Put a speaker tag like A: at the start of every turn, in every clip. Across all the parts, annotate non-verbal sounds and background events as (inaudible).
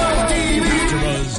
A: AfterBuzz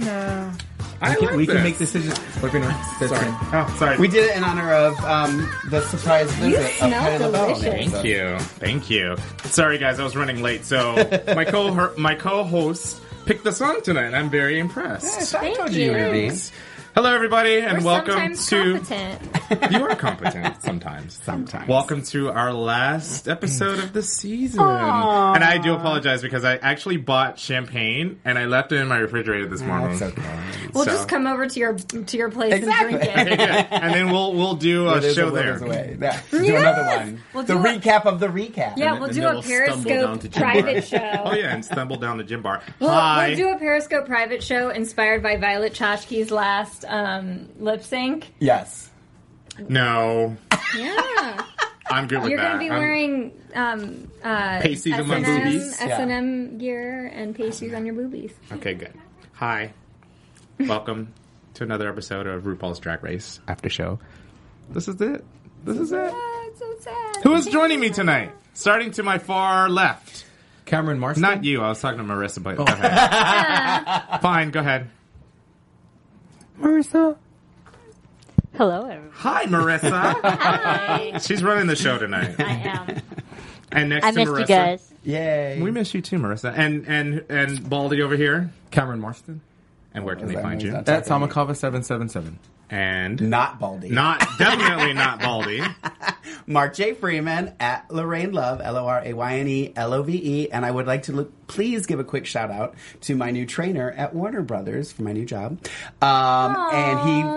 B: that. I
C: We
B: like
C: can, we
B: this.
C: can make decisions. We're gonna. That's
B: Sorry.
C: fine.
B: Oh, sorry.
C: We did it in honor of um, the surprise visit of
D: smell
C: Patty LaBelle.
D: delicious.
B: Thank you. Thank you. Sorry, guys, I was running
D: (laughs)
B: late, so my co my co-host picked the song tonight. I'm very impressed.
C: I
D: Thank
C: told you,
D: you.
C: you would be.
B: Hello, everybody, and
D: We're
B: welcome
D: sometimes
B: to.
D: competent.
B: You are competent sometimes.
D: (laughs)
C: Sometimes.
B: Welcome to our last episode of the season.
D: Aw.
B: And I do apologize because I actually bought champagne and I left it in my refrigerator this morning.
C: That's
B: (laughs)
C: okay.
D: We'll
B: So-
D: just come over to your to your place
C: Exactly.
D: and drink it.
C: (laughs)
B: Yeah, and then we'll we'll do a
C: There's
B: Oh, show
C: a will,
B: there.
C: there's a way.
D: (laughs)
C: Yeah. Do another one.
D: We'll
C: the
D: do a-
C: recap of the recap.
D: Yeah,
E: And
D: we'll
E: then
D: do
E: they'll
D: a
E: stumble down to
D: Periscope
E: Jim Bar.
D: private show.
B: Oh yeah, and stumble down to Jim Bar.
D: We'll,
B: Hi.
D: we'll do a Periscope private show inspired by Violet Chachki's last um, lip sync.
C: Yes.
B: no,
D: Yeah,
B: I'm good with
D: you're going to
B: that.
D: be
B: I'm-
D: wearing um, uh,
B: Pasties on my
D: S&M,
B: boobies.
C: Yeah.
D: S&M gear and pasties on your boobies.
B: Okay, good. Hi. Welcome to another episode of RuPaul's Drag Race After Show. This is it. This is it.
D: Oh, it's so sad.
B: Who is joining me tonight? Starting to my far left.
C: Cameron Marston. Oh.
B: Not you. I was talking to Marissa, but go
D: (laughs)
B: ahead. Fine, go ahead.
C: Marissa.
F: Hello, everyone.
B: Hi, Marissa.
D: Hi.
B: She's running the show tonight.
D: I am.
B: And next
F: I
B: to
F: missed
B: Marissa.
F: you guys.
C: Yay.
B: We miss you too, Marissa. And and and Baldy over here.
E: Cameron Marston.
B: And where can they
C: that
B: find
C: mean?
B: you?
C: That's-
E: That's Hamakava seven seven seven.
B: And
C: Not Baldy.
B: not definitely not Baldy.
C: Mark J. Freeman at Lorraine Love, L O R A Y N E L O V E. And I would like to look, please give a quick shout out to my new trainer at Warner Brothers for my new job. Um,
D: Aw.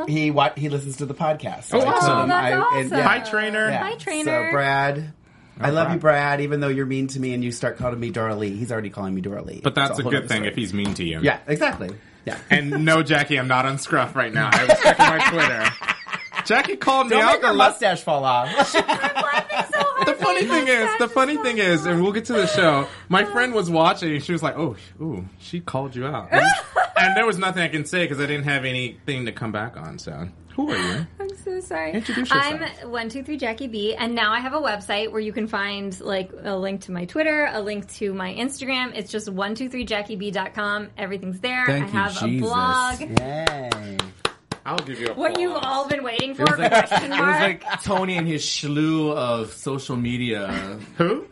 C: and he, he, wa- he listens to the podcast. So
B: Oh,
C: I told
B: wow.
C: him
D: That's
C: I- and-
D: awesome.
B: Hi, trainer.
C: yeah.
D: Hi, trainer.
C: So, Brad. I love
B: Brad.
C: you, Brad, even though you're mean to me and you start calling me Dora Lee. He's already calling me Dora Lee.
B: But that's
C: It's
B: a
C: whole
B: good
C: other
B: thing
C: story.
B: if he's mean to you.
C: Yeah, exactly. Yeah.
B: And no, Jackie, I'm not on Scruff right now. I was checking my Twitter. Jackie called me
C: Don't
B: out
C: make
B: the
C: her
B: last.
C: mustache fall
B: (laughs)
C: off.
D: I'm
C: (laughs)
D: laughing so hard.
B: The funny thing is, the funny thing is, and we'll get to the show. My friend was watching, and she was like, "Oh, sh- ooh, she called you out," and, and there was nothing I can say because I didn't have anything to come back on. So, who are you?
D: I'm so sorry.
B: Introduce yourself.
D: I'm one two three Jackie B, and now I have a website where you can find like a link to my Twitter, a link to my Instagram. It's just one two three JackieB.com. Everything's there.
E: Thank
D: I
E: you,
D: have
E: Jesus.
D: a blog.
C: Yay.
B: I'll give you a.
D: What you've
B: applause.
D: all been waiting for?
E: It was like
D: question
E: it was
D: mark.
E: like Tony and his slew of social media.
B: Who?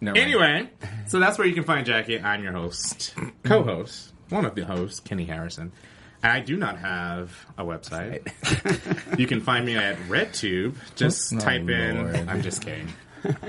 E: Never mind.
B: Anyway, so that's where you can find Jackie. I'm your host, co-host, one of the hosts, Kenny Harrison. And I do not have a website. (laughs) you can find me at RedTube. Just
E: Oh,
B: type in.
E: Lord.
B: I'm just kidding. (laughs)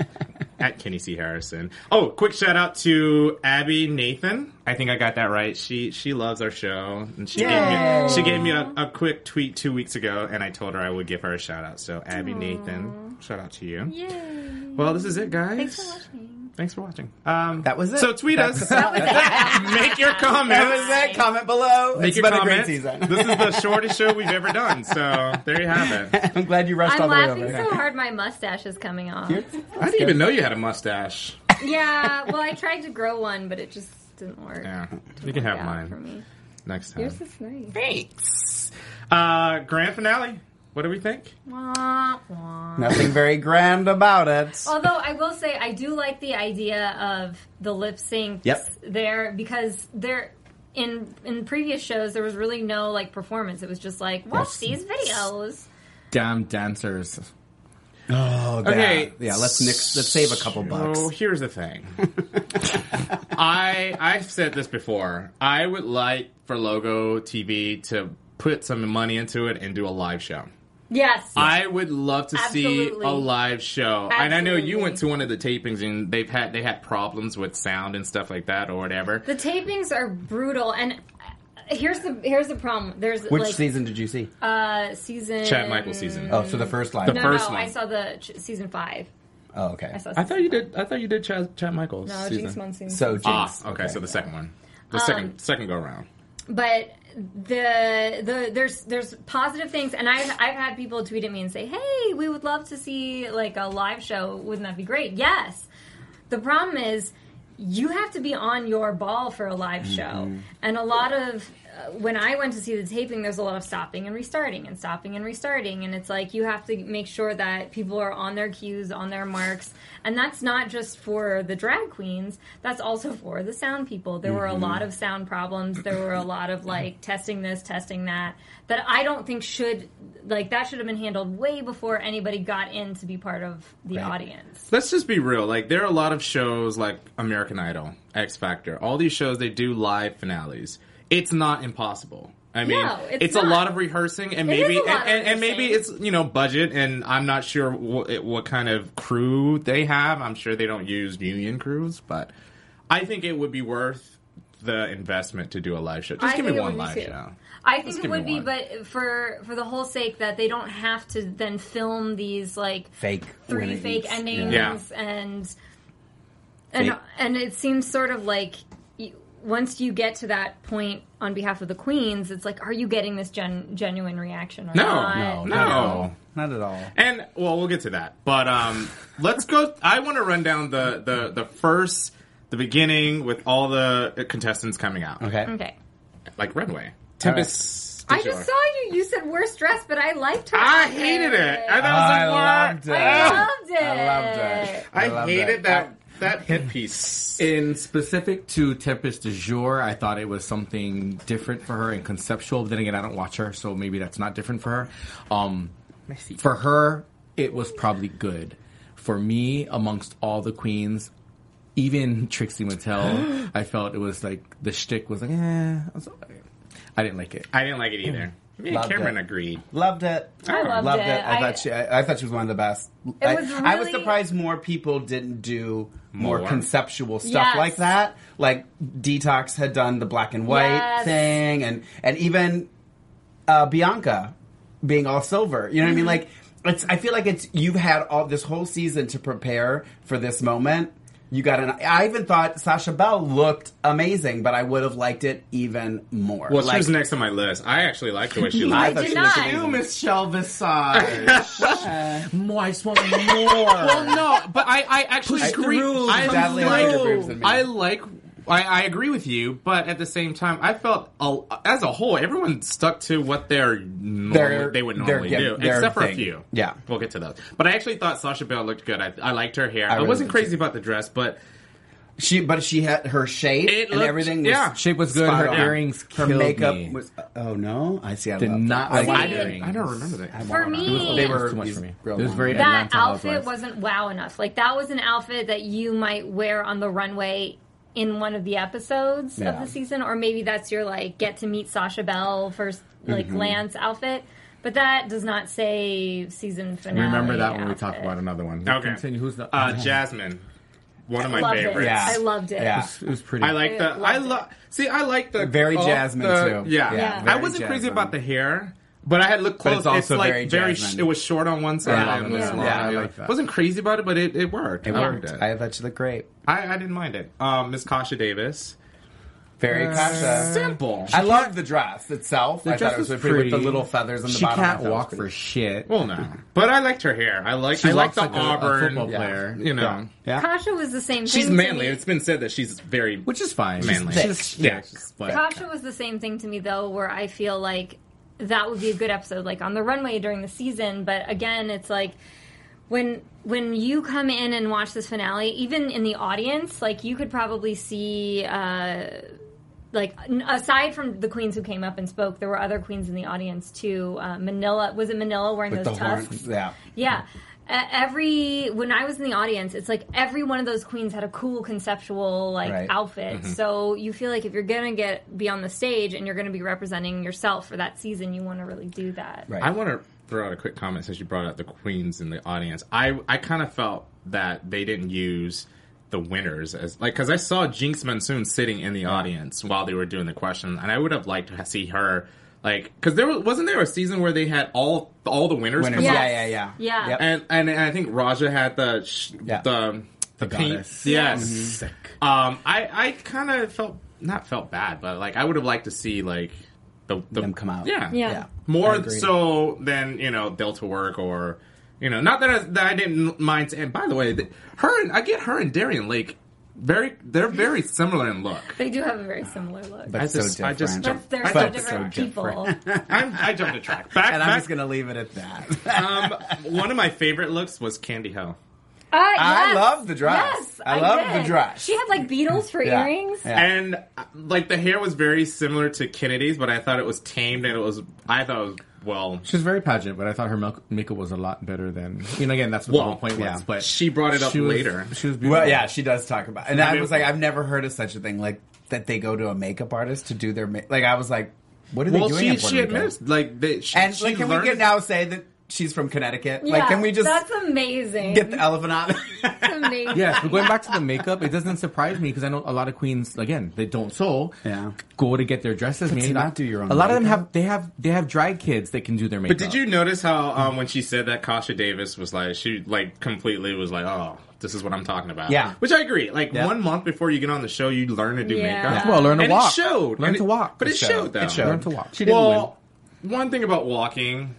B: at Kenny C Harrison. Oh, quick shout out to Abby Nathan. I think I got that right. She she loves our show, and she gave
C: Yay.
B: me she gave me a, a quick tweet two weeks ago, and I told her I would give her a shout out. So Abby Nathan, shout out to you.
D: Yay.
B: Well, this is it, guys.
D: Thanks for watching.
B: Thanks for watching. Um,
C: That was it.
B: So tweet us. (laughs) Make your
C: That was
B: comments.
C: that. Comment below.
B: Make
C: it's
B: your
C: been
B: comments.
C: a great season.
B: this is the shortest show we've ever done. So there you have it.
C: (laughs) I'm glad you rushed all
D: I'm
C: the way
D: laughing
C: over.
D: so hard my mustache is coming off.
B: I didn't even know you had a mustache.
D: Yeah, well, I tried to grow one, but it just didn't work.
B: Yeah,
D: Didn't
B: you can
D: work
B: have
D: out for
B: mine
D: me.
B: next time.
D: Yours is nice.
B: Thanks. Uh, grand finale. What do we think?
D: Wah, wah.
C: Nothing very grand about it.
D: Although I will say I do like the idea of the lip sync
C: Yep.
D: there because there in in previous shows there was really no like performance. It was just like watch these videos.
E: Damn dancers.
C: Oh,
B: Okay.
C: Yeah, let's nix, let's save a couple
B: Oh,
C: bucks.
B: here's
C: (laughs)
B: the thing. I I've said this before. I would like for Logo TV to put some money into it and do a live show.
D: Yes.
B: I would love to see
D: Absolutely.
B: a live show. And I know you
D: Absolutely.
B: went to one of the tapings and they've had they had problems with sound and stuff like that or whatever.
D: the tapings are brutal and uh, here's the here's the problem. There's
C: Which
D: like
C: season did you see?
D: uh season
B: Chad Michael season.
C: oh, so the first live.
B: the
D: No,
B: first
D: no,
B: one.
D: I saw the ch- season five.
C: oh, okay.
D: I saw.
B: I thought you did. I thought you did Chad, Chad Michaels.
D: No,
B: season.
D: Jinx Um, Monsoon.
C: So Jinx.
B: Ah, okay, So the second one, the second second go round.
D: but the the there's there's positive things and I've I've had people tweet at me and say, Hey, we would love to see like a live show, wouldn't that be great? Yes. The problem is you have to be on your ball for a live show. And a lot of uh, when I went to see the taping, there's a lot of stopping and restarting and stopping and restarting. And it's like you have to make sure that people are on their cues, on their marks. And that's not just for the drag queens, that's also for the sound people. There were a lot of sound problems. There were a lot of like testing this, testing that, that I don't think should, like, that should have been handled way before anybody got in to be part of the audience.
B: Let's just be real. Like there are a lot of shows like American Idol, X Factor, all these shows they do live finales. It's not impossible. I mean,
D: No, it's
B: a
D: not.
B: lot of rehearsing and
D: It is
B: maybe
D: a lot
B: and,
D: of
B: and, and maybe it's
D: rehearsing.
B: you know budget and I'm not sure what, it- what kind of crew they have. I'm sure they don't use union crews, but I think it would be worth the investment to do a live show. Just
D: I
B: give me
D: think it
B: one
D: would be
B: live
D: too.
B: show.
D: I
B: Let's
D: think it
B: give me
D: would be,
B: one.
D: but for for the whole sake that they don't have to then film these like
C: Fake
D: three
C: winner
D: fake
C: eats.
D: endings
B: Yeah.
D: and and
C: Fake.
D: and it seems sort of like you- once you get to that point on behalf of the queens, it's like, are you getting this gen- genuine reaction or
B: No,
D: not?
B: no,
C: Not at
B: No.
C: all. Not at all.
B: And well, we'll get to that. But um, (laughs) let's go. I want to run down the the the first, the beginning with all the contestants coming out,
C: Okay.
D: Okay.
B: like runway. Tempest.
D: I just saw you. You said worst dressed, but I liked her.
B: I hated it. I,
C: I
B: that
C: loved
B: was the
C: it.
B: worst.
D: I
B: Ah,
D: loved it.
C: I loved that.
B: I,
C: loved
B: hated that that,
C: (laughs)
B: hit piece.
E: In specific to Tempest du Jour, I thought it was something different for her and conceptual. But then again, I don't watch her, so maybe that's not different for her. Um, for her, it was probably good. For me, amongst all the queens, even Trixie Mattel, (gasps) I felt it was like the shtick was like, eh, I, was- I didn't like it.
B: I didn't like it either. Me and
C: Loved
B: Cameron
C: it.
B: agreed.
C: Loved it.
D: I loved
C: loved
D: it.
C: it. I,
D: I-
C: thought she. I, I thought she was one of the best. I,
D: was
C: I was
D: really-
C: surprised more people didn't do more,
B: More?
C: conceptual stuff
D: Yes.
C: like that. Like Detox had done the black and white
D: Yes.
C: thing, and and even uh, Bianca being all silver. You
D: Mm-hmm.
C: know what I mean? Like it's. I feel like it's. You've had all this whole season to prepare for this moment. You got an. I even thought Sasha Bell looked amazing, but I would have liked it even more.
B: Well, she
C: Like,
B: was next on my list. I actually liked the
C: (laughs)
B: way she
C: I
B: looked.
C: thought
D: did
C: she looked
D: not.
C: amazing.
E: Michelle Visage. more. I just want more.
B: no, but I, I actually
E: Push
B: agree.
E: through.
B: I
C: Definitely
B: like,
C: like your boobs and me.
B: I like. I, I agree with you, but at the same time, I felt a, as a whole, everyone stuck to what their norm,
C: Their-
B: they would
C: their
B: normally
C: gi-
B: do,
C: their
B: except for a
C: thing.
B: few.
C: Yeah.
B: we'll get to those. But I actually thought Sasha Bell looked good. I, I liked her hair. I,
C: really
B: wasn't
C: did,
B: crazy
C: too.
B: about the dress, but
C: (laughs) She, but she had her shape
B: It
C: and
B: looked-
C: everything.
B: yeah.
C: was
E: Shape was good.
C: spot
E: Her
C: on.
E: earrings
C: her
E: killed
C: makeup
E: me.
C: was. Oh no, I see. I
E: Did
C: love
E: not
C: that.
E: like
B: I
E: the
B: didn't.
E: earrings.
B: I don't remember that.
D: For me,
E: It was too much for me.
C: Real
E: It was very
C: long.
D: that
E: Atlanta
D: outfit
E: Housewives.
D: wasn't wow enough. Like that was an outfit that you might wear on the runway in one of the episodes of
C: Yeah.
D: the season, or maybe that's your like get to meet Sasha Bell first like
E: Mm-hmm.
D: Lance outfit. But that does not say season finale.
E: Remember that when we
D: outfit.
E: talk about another one.
B: Okay,
E: Continue. Who's the?
B: uh, Jasmine? One of my
D: Loved
B: favorites.
D: it.
C: Yeah.
D: I loved it.
C: Yeah.
E: it was pretty.
B: I like the.
D: I
B: I
D: loved
B: love. See, I like the
C: Very
B: oh,
C: Jasmine,
B: the-
C: too.
B: Yeah,
C: Yeah,
B: I
C: very
B: wasn't crazy
C: Jasmine.
B: about the hair, but I had looked
C: But
B: close.
C: it's
B: It's,
C: also
B: like
C: very
B: very.
C: Jasmine.
B: sh- it was short on one side
C: Yeah,
B: and it was
C: yeah.
B: long.
C: Yeah, I
B: on the
C: like
B: other.
C: that.
B: wasn't crazy about it, but it, it worked.
C: It
B: I
C: worked.
B: liked
C: I thought she looked great.
B: I, I didn't mind it. Um, Miss Kasha Davis.
C: Very
E: Uh,
C: Kasha.
B: Simple.
C: I love the dress itself. I
E: dress
C: thought it was,
E: was
C: pretty, with
E: pretty.
C: the little feathers on the
E: She
C: bottom. I
E: can't
C: thought it was
E: walk
C: pretty.
E: for shit.
B: well, no, (laughs) but I liked her hair. I like.
E: She
B: I like
E: likes
B: the
E: like a- a
B: auburn.
E: football player.
B: You know,
D: Kasha was the same.
B: she's
D: thing to
B: manly.
D: me.
B: It's been said that she's very.
E: which is fine.
B: Manly.
E: She's, she's,
B: Yeah.
E: yeah, she's black.
D: Kasha was the same thing to me though, where I feel like that would be a good episode, like on the runway during the season. But again, it's like when when you come in and watch this finale, even in the audience, like you could probably see. Uh, like n- aside from the queens who came up and spoke, there were other queens in the audience too. Uh, Manila was it Manila wearing
C: With the
D: those tusks?
C: horns. Yeah.
D: Yeah. Uh, every when I was in the audience, it's like every one of those queens had a cool conceptual like
C: Right. Mm-hmm.
D: outfit. So you feel like if you're gonna get be on the stage and you're gonna be representing yourself for that season, you want to really do that.
C: Right.
B: I want to throw out a quick comment since you brought up the queens in the audience. I I kind of felt that they didn't use the winners as like because I saw Jinx Monsoon sitting in the audience while they were doing the question, and I would have liked to see her like because there was, wasn't there a season where they had all all the winners,
C: Winners.
B: come
C: Yeah,
B: out?
C: yeah, yeah.
D: Yeah.
C: Yep.
B: and, and and I think Raja had the sh-
C: Yeah.
B: the the, paint.
E: goddess.
B: Yes.
E: Sick.
B: Um, I I kind of felt not felt bad, but like I would have liked to see like the, the
C: Them come out.
B: Yeah,
D: Yeah.
C: Yeah. I
B: More
C: agree.
B: so than you know Delta Work or you know not that I, that I didn't mind. And by the way, th- her and I get her and Darian Lake very they're very similar in look.
D: They do have a very similar look.
C: But
B: I
C: so
B: just- I
C: different.
B: just
D: but they're
B: I
D: so
B: felt
D: different
C: so
D: people. Uh,
C: (laughs)
B: (laughs) I'm, I jumped a track. Back,
C: and I'm
B: back
C: just gonna leave it at that.
B: (laughs)
C: (laughs)
B: um, one of my favorite looks was Candy Ho.
D: Uh, yes.
C: love the dress.
D: Yes,
C: I love the
D: did.
C: dress.
D: She had like beetles for
C: Yeah.
D: earrings.
C: Yeah.
B: And uh, like the hair was very similar to Kennedy's, but I thought it was tamed and it was I thought it was well.
E: She was very pageant, but I thought her milk- makeup was a lot better than. You know, again, that's what
B: Well,
E: the whole point
C: yeah.
E: was. But
B: She brought it up
E: she was-
B: later.
E: She was beautiful.
C: well, yeah, she does talk about. And I
B: mean-
C: was like, I've never heard of such a thing. Like that they go to a makeup artist to do their ma- like. I was like, what are they
B: Well,
C: doing?
B: she
C: in Puerto
B: she
C: Rico?
B: admits like that. She,
C: And
B: she
C: like, can
B: learned,
C: we get now say that she's from Connecticut?
D: Yeah,
C: like, can we just
D: That's amazing.
C: get the elephant (laughs) out?
D: That's amazing.
E: Yes, but going back to the makeup, it doesn't surprise me because I know a lot of queens again they don't sew.
C: Yeah.
E: go to get their dresses
C: But
E: made.
C: to not do your own
E: A lot of them
C: makeup.
E: have they have they have drag kids that can do their makeup.
B: But did you notice how um, when she said that Kasha Davis was like she like completely was like oh this is what I'm talking about
C: Yeah.
B: which I agree like
C: Yeah.
B: one month before you get on the show you learn to do
D: Yeah.
B: makeup
D: Yeah.
E: Well, learn to
B: and
E: walk.
B: it showed
E: Learn
B: And
E: to
B: it-
E: walk.
B: but it,
E: It
B: showed,
C: showed.
B: though
C: It showed.
E: learn to walk? She didn't
B: well one thing about walking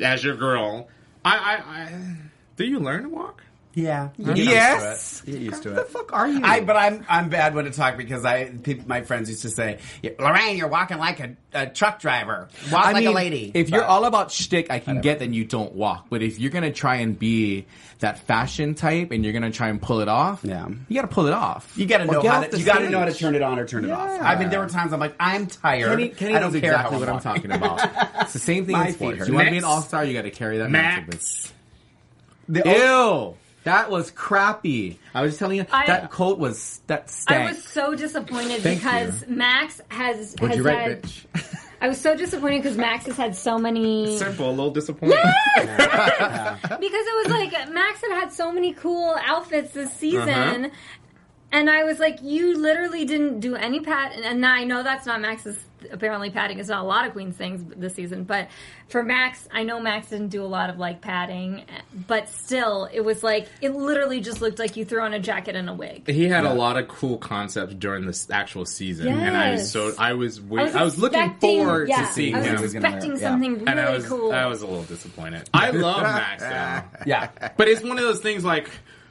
B: as your girl I I, I do you learn to walk
C: yeah.
E: Yes.
C: Get used to it.
E: win. The fuck are you?
C: I but I'm I'm bad when to talk because I people, my friends used to say, Lorraine, you're walking like a, a truck driver. Walk
E: I
C: like a
E: mean,
C: lady.
E: If you're
C: But-
E: all about shtick, I can get that you don't walk. But if you're gonna try and be that fashion type and you're gonna try and pull it off,
C: Yeah.
E: you gotta pull it off.
C: you gotta
E: Or
C: know
E: get
C: how
E: off
C: to,
E: the
C: you gotta know how to
E: stage.
C: turn it on or turn it off.
E: Yeah.
C: I mean, there were times I'm like, I'm tired.
E: Kenny, Kenny
C: I don't
E: knows
C: care
E: exactly
C: how
E: what I'm talking about. It's the same thing
C: My
E: in
C: feet
E: sports.
C: hurt.
E: You want to be an
B: Next.
E: all star, you got to carry that mantle, bitch.
B: Max
C: The-
E: Ew, that was crappy. I was just telling you
D: I-
E: that coat was that stank.
D: I was so disappointed
E: Thank
D: because Max has has
E: What'd you
D: had.
E: write, bitch?
D: I was so disappointed because Max has had so many.
B: simple a little disappointing
D: because it was
B: (laughs)
D: like Max had had so many cool outfits this season.
B: Uh-huh.
D: And I was like, you literally didn't do any pat. And, and I know that's not Max's. Apparently, padding is not a lot of Queen's things this season. But for Max, I know Max didn't do a lot of like padding. But still, it was like, it literally just looked like you threw on a jacket and a wig.
B: he had a lot of cool concepts during this actual season, and I was
D: Yes.
B: so I was wait, I was, looking
D: expecting-
B: forward
D: yeah,
B: to seeing
D: I was
B: him,
C: He's gonna
D: expecting
C: wear it, yeah.
D: something really
B: and I was
D: cool.
B: I was a little disappointed. (laughs) I love Max (laughs) though,
C: Yeah.
B: but it's one of those things like.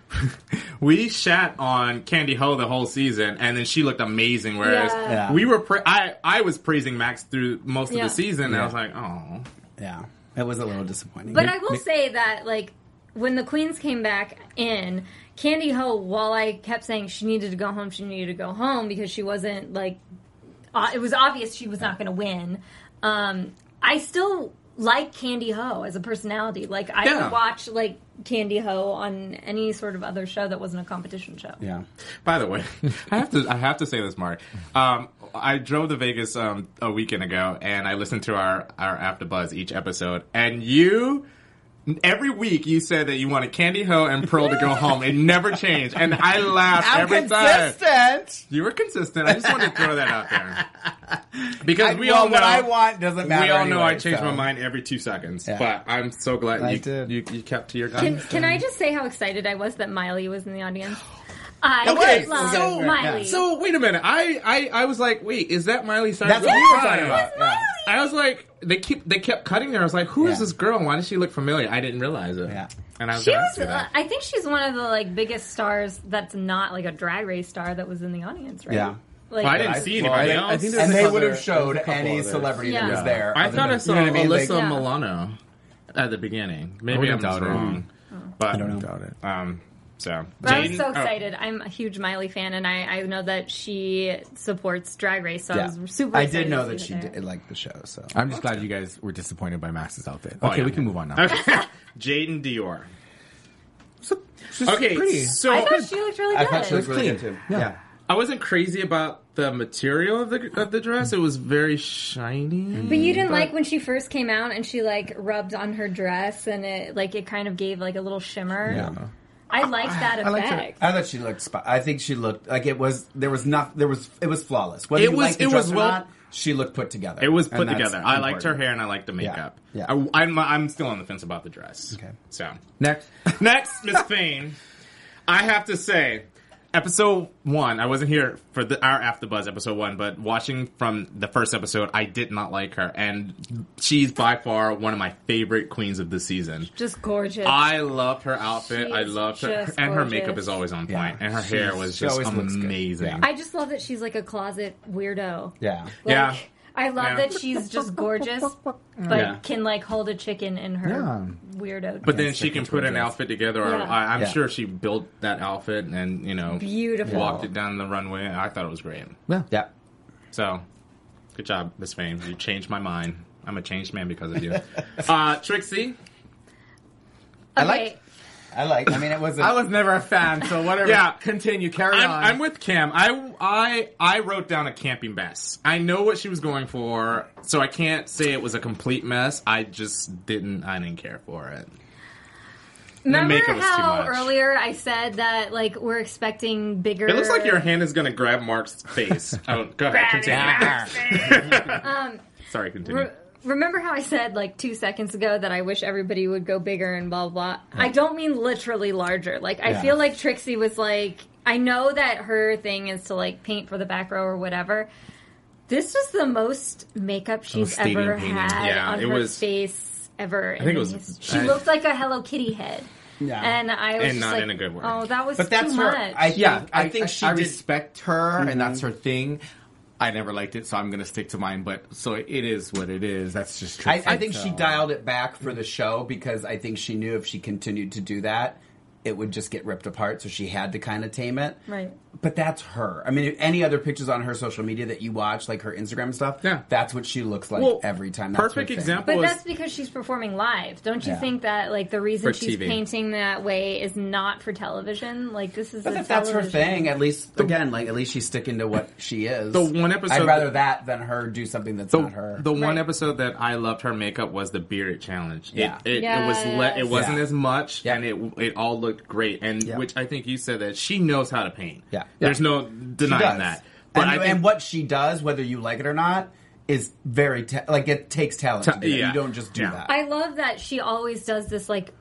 B: (laughs) We shat on Candy Ho the whole season, and then she looked amazing. Whereas
D: Yeah.
C: Yeah.
B: we were, pra- I I was praising Max through most of
D: Yeah.
B: the season, and I was like, oh,
C: Yeah. It was a little disappointing.
D: But I will say that, like, when the queens came back in, Candy Ho, while I kept saying she needed to go home, she needed to go home because she wasn't like, uh, it was obvious she was not going to win. Um, I still like Candy Ho as a personality. Like, I
B: Yeah.
D: would watch like Candy Ho on any sort of other show that wasn't a competition show.
C: yeah.
B: By the way, (laughs) I have to I have to say this, Mark. Um, I drove to Vegas um, a weekend ago, and I listened to our our After Buzz each episode, and you. Every week you said that you wanted Candy Ho and Pearl
C: (laughs)
B: to go home. It never changed, and I laughed
C: I'm
B: every time.
C: consistent.
B: You were consistent. I just wanted to throw that out there
C: (laughs)
B: because
C: I,
B: we
C: well,
B: all know
C: what I want doesn't matter.
B: We all know I
C: anyway,
B: changed
C: so.
B: my mind every two seconds,
C: Yeah.
B: but I'm so glad
C: I
B: you,
C: did.
B: you you kept to your
D: Can,
B: guns.
D: can I just say how excited I was that Miley was in the
B: (gasps)
D: audience? I
B: Okay,
D: love
B: so-
D: Miley.
B: So wait a minute. I I, I was like, wait, is that Miley Cyrus?
C: That's what we were talking about. Yeah.
B: I was like, they keep they kept cutting her. I was like, who is
C: Yeah.
B: this girl? Why does she look familiar? I didn't realize it.
C: Yeah.
B: And I was
D: She
B: gonna
D: was. uh,
B: ask you that.
D: I think she's one of the like biggest stars that's not like a drag race star that was in the audience, right?
C: Yeah.
D: Like,
B: Well, I didn't see anybody
E: I-
B: else.
E: I think there's
C: And
E: a
C: they
E: couple
C: would have
E: other-
C: showed
E: there's a couple
C: any
E: others.
C: celebrity that
D: Yeah.
C: was there.
B: I
C: other
B: thought
C: than-
B: I saw
C: you know what I mean? Like-
B: Alyssa
D: Yeah.
B: Milano at the beginning. Maybe
E: wouldn't
B: I'm just
E: doubt it.
B: wrong. But I
C: don't know.
E: Doubt it.
B: Um. So.
D: But I
B: Jaden-
D: was so
B: oh,
D: excited. I'm a huge Miley fan, and I, I know that she supports Drag Race, so I was super.
C: I
D: excited to
C: did know
D: see
C: that
D: her
C: she
D: there.
C: did like the show, so
E: I'm just glad you guys were disappointed by Max's outfit. Oh, Okay,
B: yeah.
E: we can move on now.
B: Okay. Jaden Dior.
E: She's
B: Okay.
E: pretty.
B: So
D: I thought she looked really
C: I
D: good.
C: thought she looked really good
E: clean.
C: too.
E: Yeah.
B: I wasn't crazy about the material of the of the dress. It was very
C: Mm-hmm.
B: shiny.
D: but you didn't like when she first came out and she like rubbed on her dress and it like it kind of gave like a little shimmer.
C: Yeah.
D: I liked that
E: I liked it.
D: effect.
C: I thought she looked. Spot. I think she looked like it was. There was not. There was. It was flawless. Whether
B: It
C: you
B: was-
C: liked the
B: it
C: dress
B: was
C: or
B: well-
C: not, she looked put together.
B: It was
C: And
B: put
C: that's
B: together. I liked her
C: important.
B: hair and I liked the makeup.
C: Yeah.
B: I, am I'm still on the fence about the dress.
C: Okay.
B: So (laughs)
E: Next.
C: (laughs)
B: next, Miss Fane, I have to say, episode one. I wasn't here for the, our after buzz episode one, but watching from the first episode, I did not like her, and she's by far one of my favorite queens of the season.
D: Just gorgeous.
B: I loved her outfit. I
D: She's
B: loved her,
D: just
B: and her
D: gorgeous.
B: makeup is always on point,
C: Yeah.
B: and her hair was
C: she
B: just
C: always looks good.
B: amazing.
C: Yeah.
D: I just love that she's like a closet weirdo.
C: Yeah.
D: Like,
B: Yeah.
D: I love
B: Yeah.
D: that she's just gorgeous, but
B: Yeah.
D: can like hold a chicken in her
C: Yeah.
D: weirdo.
B: But then
C: Against
B: she
C: the
B: can put an
C: Control Jazz.
B: outfit together. Or
D: Yeah.
B: I, I'm
C: Yeah.
B: sure she built that outfit and you know
D: Beautiful.
B: walked it down the runway. I thought it was great.
C: Yeah.
B: So good job, Miss Fame. You changed my mind. I'm a changed man because
C: (laughs)
B: of you. uh, Trixie.
C: I
D: okay,
C: liked- I like. I mean, it wasn't.
E: I was never a fan, so whatever.
B: Yeah.
E: Continue. Carry
B: I'm,
E: on.
B: I'm with Cam. I, I I wrote down a camping mess. I know what she was going for, so I can't say it was a complete mess. I just didn't. I didn't care for it.
D: remember
B: makeup was too
D: how
B: much.
D: earlier I said that like we're expecting bigger.
B: It looks like your hand is going to grab Mark's face. oh, go ahead. Continue.
D: (laughs) Um,
B: Sorry, continue.
D: Re- remember how I said like two seconds ago that I wish everybody would go bigger and blah blah. blah? I don't mean literally larger. Like I
C: Yeah.
D: feel like Trixie was like. I know that her thing is to like paint for the back row or whatever. This was the most makeup she's
B: stadium
D: ever
B: painting.
D: had
B: Yeah,
D: on
B: it
D: her
B: was-
D: face ever. I
B: think it was-
D: She
B: I-
D: looked like a Hello Kitty head.
C: Yeah.
D: And I was
B: And
D: just
B: not
D: like,
B: in a good way.
D: Oh, that was
C: But that's
D: too
C: her.
D: much.
C: I think,
E: yeah,
C: I, think she
E: I
C: did.
E: respect her, and that's her thing. I never liked it, so I'm gonna stick to mine. But so it is what it is. That's just. true.
C: I, I think she dialed it back for the show because I think she knew if she continued to do that, it would just get ripped apart. So she had to kind of tame it.
D: Right.
C: But that's her. I mean, any other pictures on her social media that you watch, like her Instagram and stuff,
B: Yeah.
C: that's what she looks like
B: Well,
C: every time. That's her
B: perfect
C: thing.
B: example.
D: But
B: was-
D: that's because she's performing live. Don't you
C: Yeah.
D: think that like the reason
B: For
D: she's
B: TV.
D: painting that way is not for television? Like this is
C: But
D: a
C: if that's her
D: television-
C: thing, at least again, like at least she's sticking to what she is.
B: The one episode
C: I'd rather that
B: that-
C: than her do something that's not her.
B: The one
D: Right.
B: episode that I loved her makeup was the bearded challenge.
C: Yeah.
B: It, it, it was le- it
D: Yes.
B: wasn't
C: Yeah.
B: as much,
C: Yeah.
B: and it it all looked great. And
C: Yeah.
B: which I think you said that she knows how to paint.
C: Yeah.
B: there's
C: Yeah.
B: no
C: She
B: denying
C: does.
B: that.
C: and,
B: But I think
C: and what she does, whether you like it or not, is very ta- like it takes talent. to
B: Ta-
C: do that.
B: yeah.
C: You don't just do
B: Yeah.
C: that.
D: I love that she always does this like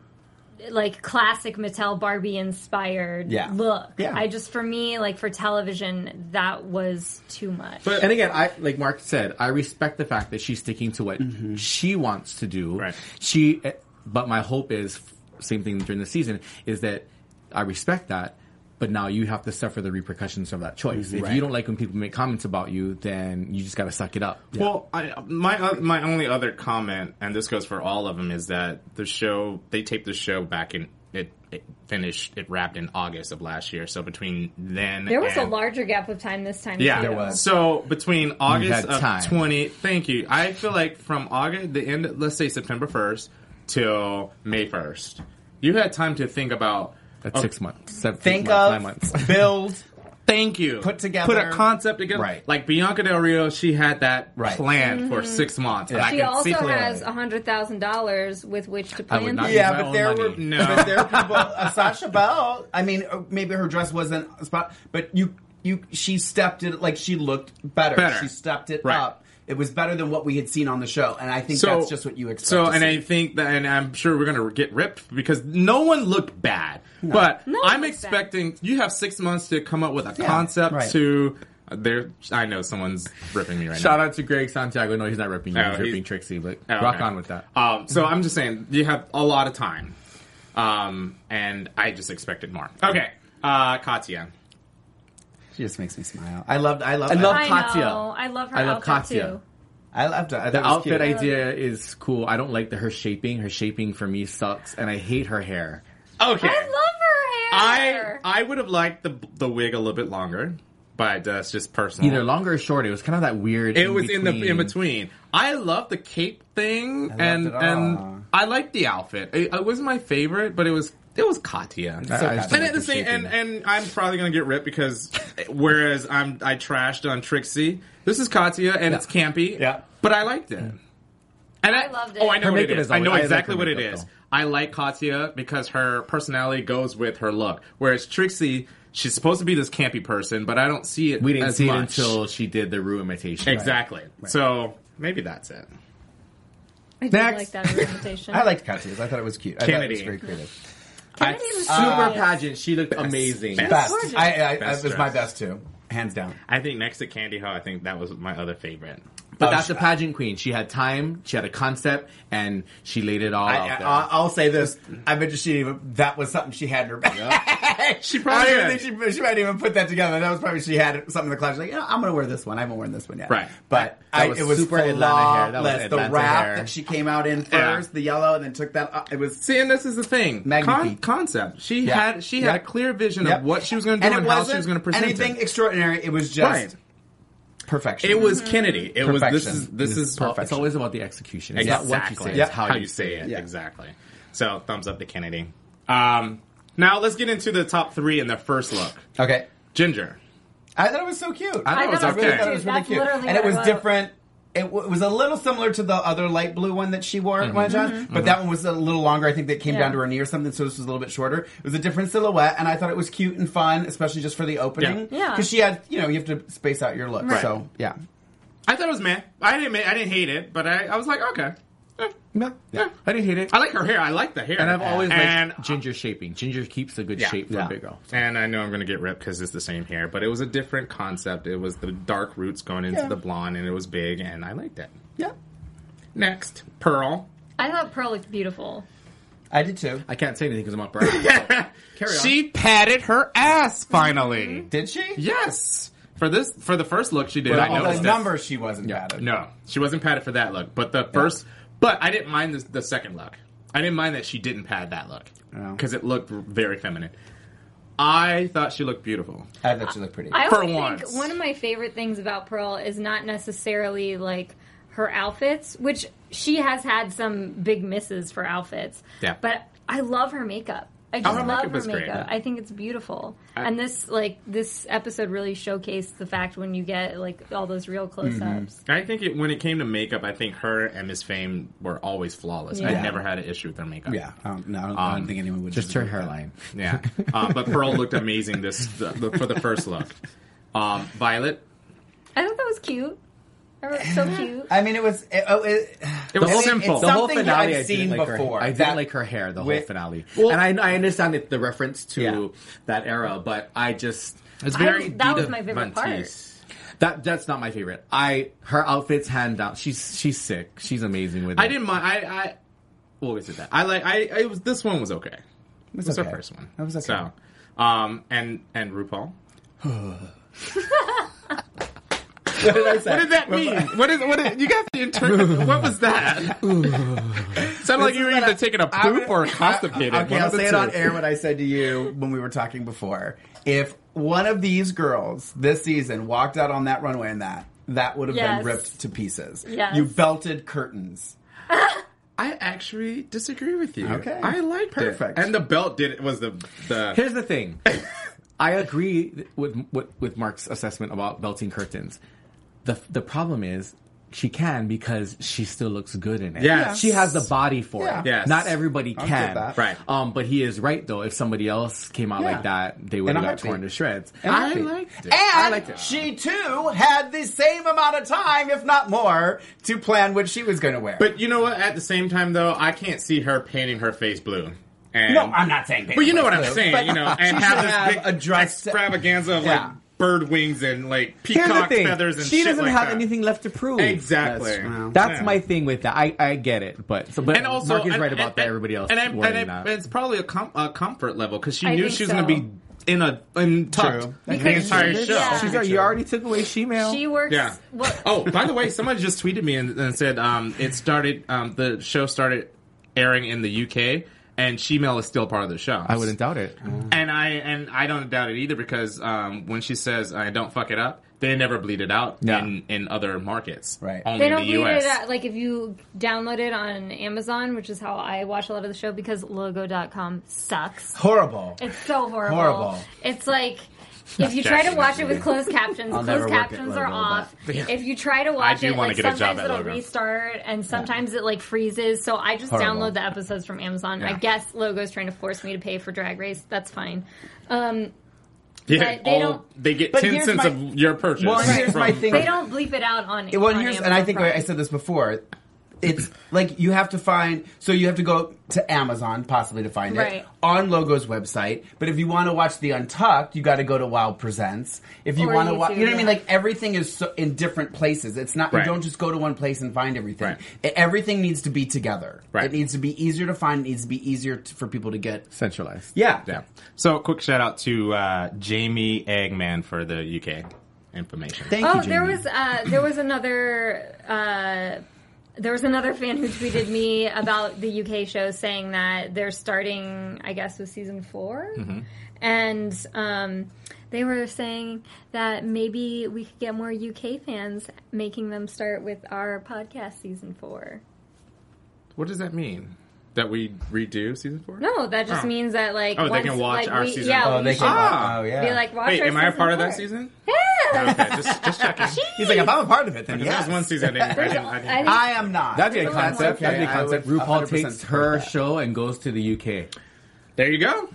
D: like classic Mattel Barbie inspired
C: Yeah.
D: look.
C: Yeah.
D: I just for me like for television that was too much.
E: and again, I like Mark said, I respect the fact that she's sticking to what she wants to do.
B: Right.
E: She, eh, but my hope is same thing during the season is that I respect that, but now you have to suffer the repercussions of that choice. If
C: Right.
E: you don't like when people make comments about you, then you just got to suck it up.
B: Well, I, my o- my only other comment, and this goes for all of them, is that the show they taped the show back in it, it finished it wrapped in August of last year. So between then
D: there was a
B: and-
D: larger gap of time this time.
B: Yeah,
D: too.
C: There was.
B: So between August
E: had
B: of
E: time.
B: twenty, thank you. I feel like from August, the end, let's say September first till May first, you had time to think about. oh,
E: That's six months, seven,
C: Think
E: months, nine
B: (laughs)
E: months. (laughs)
C: of build.
B: Thank you.
C: Put together-
B: Put a concept together.
C: Right.
B: Like Bianca Del Rio, she had that
C: Right.
B: planned for six months. and I
D: Mm-hmm. She
B: could see
D: also
B: clearly.
D: has a hundred thousand dollars with which to
E: I would
D: plan
E: not
D: things.
E: use
C: Yeah,
E: my
C: but
E: own
C: there
E: money.
C: were
B: No.
C: but there were
B: (laughs)
C: people. Uh, Sasha Bell. I mean, uh, maybe her dress wasn't a spot, but you you she stepped it like she looked better.
B: Better.
C: She stepped it
B: Right.
C: up. It was better than what we had seen on the show, and I think that's just what you expect.
B: So,
C: to
B: and
C: see.
B: I think that, and I'm sure we're gonna get ripped because no one looked bad. But
D: No one
B: I'm
D: looked bad.
B: expecting you have six months to come up with a
C: Yeah,
B: concept
C: right.
B: to. uh, There, I know someone's ripping me right now.
E: Shout out to Greg Santiago. No, he's not ripping you.
B: No,
E: he's
B: he's-
E: ripping Trixie, but
B: Oh,
E: rock
B: okay.
E: on with that.
B: Um, so I'm just saying, you have a lot of time, um, and I just expected more. Okay, uh, Katya.
C: she just makes me smile. I loved. I loved.
E: I love
D: I
E: Katya.
D: know. I love her
E: I love
D: outfit
E: Katya.
D: too.
C: I loved it. I thought
E: The
C: it was
E: outfit
C: cute.
E: idea is cool. I don't like the her shaping. Her shaping for me sucks, and I hate her hair.
B: Okay,
D: I love her
B: I
D: hair.
B: I would have liked the the wig a little bit longer, but uh, it's just personal.
E: Either longer or short. It was kind of that weird.
B: It was in the in between. I love the cape thing, and
C: it all.
B: and I liked the outfit. It, it was my favorite, but it was it was Katya.
E: I- I
B: and
E: just don't
B: at the
E: like
B: same,
E: shaping.
B: and, and I'm probably gonna get ripped because whereas I'm I trashed on Trixie, this is Katya, and it's campy.
C: Yeah.
B: Mm. but I liked it. And
D: I loved it.
B: Oh, I know
E: Her
B: what it
E: makeup
B: is.
E: is
B: I know
E: always- I
B: exactly
E: like
B: what
E: her
B: it
E: makeup,
B: is.
E: though.
B: I like Katya because her personality goes with her look. Whereas Trixie, she's supposed to be this campy person, but I don't see it.
E: We didn't
B: as
E: see
B: much.
E: it until she did the Rue imitation.
B: exactly. So maybe that's it.
D: I did
C: Next.
D: like that representation.
C: (laughs) I liked Katya's. I thought it was cute. I thought it was
B: Kennedy.
C: very creative.
E: I-
D: Kennedy was
E: super
D: gorgeous.
E: pageant. She looked amazing.
B: Best.
C: Best.
D: gorgeous.
C: I, I, I,
B: Best
C: it was my
B: dress.
C: best too, hands down.
B: I think next to Candy Ho, I think that was my other favorite.
E: But
C: Oh,
E: that's
C: she-
E: the pageant queen. She had time. She had a concept, and she laid it all
C: I,
E: out there.
C: will say this: I bet you she even that was something she had in her bag.
B: (laughs)
C: she
B: probably
C: I don't
B: did.
C: even think she, she might even put that together. That was probably she had something in the closet. She's like, you know, I'm gonna wear this one. I haven't worn this one yet.
B: Right.
C: But
E: That
C: I,
E: was
C: it was
E: super
C: super
E: Atlanta hair. That was
C: the
E: Atlanta
C: wrap
E: hair.
C: that she came out in
B: Yeah.
C: first, the yellow, and then took that. Up. It was.
B: See, and this is the thing. Con-
C: Magnifique.
B: concept. She
C: Yeah.
B: had she had
C: Yep.
B: a clear vision
C: Yep.
B: of what she was going to do and,
C: it
B: how she
C: wasn't
B: was going to present
C: anything
B: it.
C: extraordinary. It was just
B: Right.
C: perfection.
B: It was Kennedy. It was this
C: Perfection.
B: is this is
E: It's all- It's always about the execution. It's
B: exactly.
E: not what you say.
B: Yep.
E: It's how, you say
B: it.
E: it.
C: Yeah.
B: Exactly. So thumbs up to Kennedy. Um, now let's get into the top three in the first look.
C: okay.
B: Ginger.
C: I thought it was so cute.
B: I thought it was
C: really
B: okay.
C: thought it was really
D: That's
C: cute,
D: literally
C: and it
D: what
C: was
D: I wrote.
C: different. It, w- it was a little similar to the other light blue one that she wore
E: Mm-hmm.
C: at one of John's, but that one was a little longer. I think that came
D: Yeah.
C: down to her knee or something, so this was a little bit shorter. It was a different silhouette, and I thought it was cute and fun, especially just for the opening.
D: Yeah. Yeah.
C: because she had, you know, you have to space out your look.
D: Right.
C: So yeah,
B: I thought it was man. I didn't ma- I didn't hate it, but I, I was like okay. Eh.
E: No,
B: Yeah.
E: I didn't hate it.
B: I like her hair. I like the hair.
E: and I've always
B: and
E: liked ginger shaping. Ginger keeps a good
B: Yeah.
E: shape for
C: Yeah.
E: a big girl.
B: And I know I'm going to get ripped because it's the same hair, but it was a different concept. It was the dark roots going into
C: Yeah.
B: the blonde, and it was big, and I liked it.
C: yeah,
B: Next, Pearl. (laughs)
D: I thought Pearl looked beautiful.
C: I did too.
E: I can't say anything because I'm
B: (laughs)
E: up early. so Carry on.
B: She patted her ass finally.
E: Mm-hmm.
C: Did she?
B: Yes, for this for the first look she did. I
C: Well,
B: noticed
C: the
B: that.
C: number she wasn't
E: Yeah.
C: bad at.
B: No, she wasn't padded for that look, but the first. But I didn't mind the, the second look. I didn't mind that she didn't pad that look
C: No.
B: because it looked very feminine. I thought she looked beautiful.
C: I thought she looked pretty.
D: I
B: For
D: always
B: once.
D: think one of my favorite things about Pearl is not necessarily like her outfits, which she has had some big misses for outfits.
B: Yeah. Oh,
D: But I love her makeup. I just
B: her
D: love
B: makeup
D: her
B: is
D: makeup.
B: great.
D: I think it's beautiful. and this like this episode really showcased the fact when you get like all those real close ups.
B: I think it, when it came to makeup, I think her and Miss Fame were always flawless. I
D: Yeah.
B: never had an issue with their makeup.
C: yeah, um, no, I don't, I don't think anyone would.
E: just her
C: disagree with that.
E: hairline.
B: yeah. Uh, but Pearl looked amazing this the, the, for the first look. Um, Violet,
D: I thought that was cute. I wrote so cute.
C: I mean, it was. It, oh, it,
B: It was
C: I mean, it's
B: simple. The
E: The whole
C: something that I've
E: finale, I didn't
C: seen
E: like
C: before.
E: Her. I didn't
C: That-
E: like her hair the
C: with-
E: whole finale,
B: Well-
E: and I, I understand it, the reference to
C: Yeah.
E: that era, but I just
B: it's
D: I was- that was my favorite
E: that that's not my favorite. I her outfits hand down. She's she's sick. She's amazing with it.
B: I didn't mind. I, I we'll get to that. I like. I it was this one was okay. This was
C: okay.
B: her first one.
C: It was okay.
B: So, um, and and RuPaul.
C: What did I say?
B: What did that mean? what is what? Is, you got to interpret. what was that?
C: (laughs)
B: Sounded like you were either taking a poop or constipated.
C: Okay,
B: one
C: I'll
B: of the
C: say it
B: two.
C: on air what I said to you when we were talking before. If one of these girls this season walked out on that runway in that, that would have
D: Yes.
C: been ripped to pieces.
D: Yes.
C: You belted curtains.
B: I actually disagree with you.
C: Okay.
B: I liked it.
C: Perfect.
B: And the belt did was the the.
E: Here's the thing. I agree with, with with Mark's assessment about belting curtains. The the problem is she can because she still looks good in it.
B: Yes.
E: She has the body for
C: Yeah.
E: it.
B: Yes.
E: Not everybody
C: I'll
E: can.
C: give that.
B: Right.
E: Um, but he is right though. If somebody else came out
C: Yeah.
E: like that, they
C: In
E: would
C: a
E: have got
C: heartbeat.
E: torn to shreds.
C: In a
B: I
C: heartbeat.
B: liked it.
C: And
B: I liked it.
C: she too had the same amount of time, if not more, to plan what she was going to wear.
B: But you know what? At the same time, though, I can't see her painting her face blue. And
C: no, I'm not saying.
B: But you know what I'm
C: Blue,
B: saying,
C: but
B: you know,
E: (laughs)
B: and
C: she
B: have
C: should
B: this
C: have
B: big
C: a dress-
B: extravaganza of
C: Yeah.
B: like bird wings and like
E: Here's
B: peacock
E: the thing.
B: feathers and
E: she
B: shit
E: doesn't
B: like
E: have
B: that.
E: anything left to prove.
B: Exactly.
C: That's true.
E: That's
B: Yeah.
E: my thing with that. I, I get it, but so but
B: And also,
E: Mark is
B: and-
E: right about
B: and-
E: that. Everybody else
B: and, I,
E: wouldn't
B: and I,
E: not.
B: it's probably a, com- a comfort level because she
D: I
B: knew
D: think
B: she was
D: so.
B: going to be in a in tucked
C: True.
B: the
D: Because
B: entire
D: she-
B: show.
D: yeah.
E: She's like, you already took away she-mail.
D: She works
B: Yeah.
D: well,
B: oh, by the way, someone just tweeted me and, and said um, it started. Um, the show started airing in the UK, and Shemale is still part of the show.
E: I wouldn't doubt it.
B: And I and I don't doubt it either because um, when she says I don't fuck it up, they never bleed it out
E: Yeah.
B: in, in other markets.
C: Right.
B: Only
D: They don't
B: in
D: read
B: the US.
D: it at, like if you download it on Amazon, which is how I watch a lot of the show because logo.com sucks.
C: horrible.
D: It's so horrible.
C: Horrible.
D: It's like If you try to
B: Jackson,
D: watch it with
B: actually.
D: closed captions,
C: I'll never
D: closed
C: work at
D: captions are
C: Logo,
D: off.
C: but- (laughs) Yeah.
D: If you try to watch
B: do
D: it,
B: wanna
D: like
B: get a job
D: sometimes
B: at
D: it'll
B: Logo.
D: restart and sometimes it like freezes. So I just
C: Horrible.
D: download the episodes from Amazon. I
E: Yeah.
D: guess Logo's trying to force me to pay for Drag Race. That's fine. Um,
B: Yeah,
D: But they
B: all-
D: don't-
B: they get
C: But
B: ten
C: here's
B: cents
C: my-
B: of your purchase.
C: Well, here's
B: from-
C: my
B: (laughs)
C: thing.
D: they don't bleep it out on.
C: Well,
D: on
C: here's, and
D: Amazon
C: I think
D: Prime.
C: I said this before. It's like you have to find, so you have to go to Amazon possibly to find
D: Right.
C: it on Logo's website. But if you want to watch The Untucked, you got to go to Wild Presents. If you
D: Or
C: want to watch,
D: YouTube,
C: you know what I mean?
D: yeah.
C: Like everything is so, in different places. It's not
B: Right.
C: you don't just go to one place and find everything.
B: Right.
C: E- Everything needs to be together.
B: Right.
C: It needs to be easier to find. It needs to be easier to, for people to get.
E: Centralized.
C: Yeah.
B: Yeah. So, quick shout out to uh, Jamie Eggman for the UK information.
C: Thank
D: Oh,
C: you.
D: there
C: Jamie.
D: was uh, there was another uh, there was another fan who tweeted me about the UK show saying that they're starting, I guess, with season 4
B: Mm-hmm.
D: and um, they were saying that maybe we could get more UK fans, making them start with our podcast season four.
B: what does that mean? That we redo season four?
D: No, that just
B: Oh.
D: means that like
B: Oh, they can watch
D: like,
B: our
D: we,
B: season
D: Yeah,
B: four.
C: Oh,
D: we
C: they
D: should
C: can.
B: Ah.
C: oh, yeah.
D: be like watch.
B: Wait,
D: our
B: am I a
D: season
B: part of that
D: four.
B: season?
D: Yeah.
B: Okay,
D: (laughs)
B: just just checking.
E: He's like, if I'm a part of it, then
B: There was
E: yes.
B: one season I didn't. I didn't,
D: (laughs)
B: I didn't-
D: I think-
C: I am not.
E: That'd be a
D: Everyone
E: concept.
D: wants
E: That'd be a
C: that.
E: concept.
C: I would
E: RuPaul
C: 100%
E: takes her
C: support that.
E: show and goes to the UK.
B: there you go.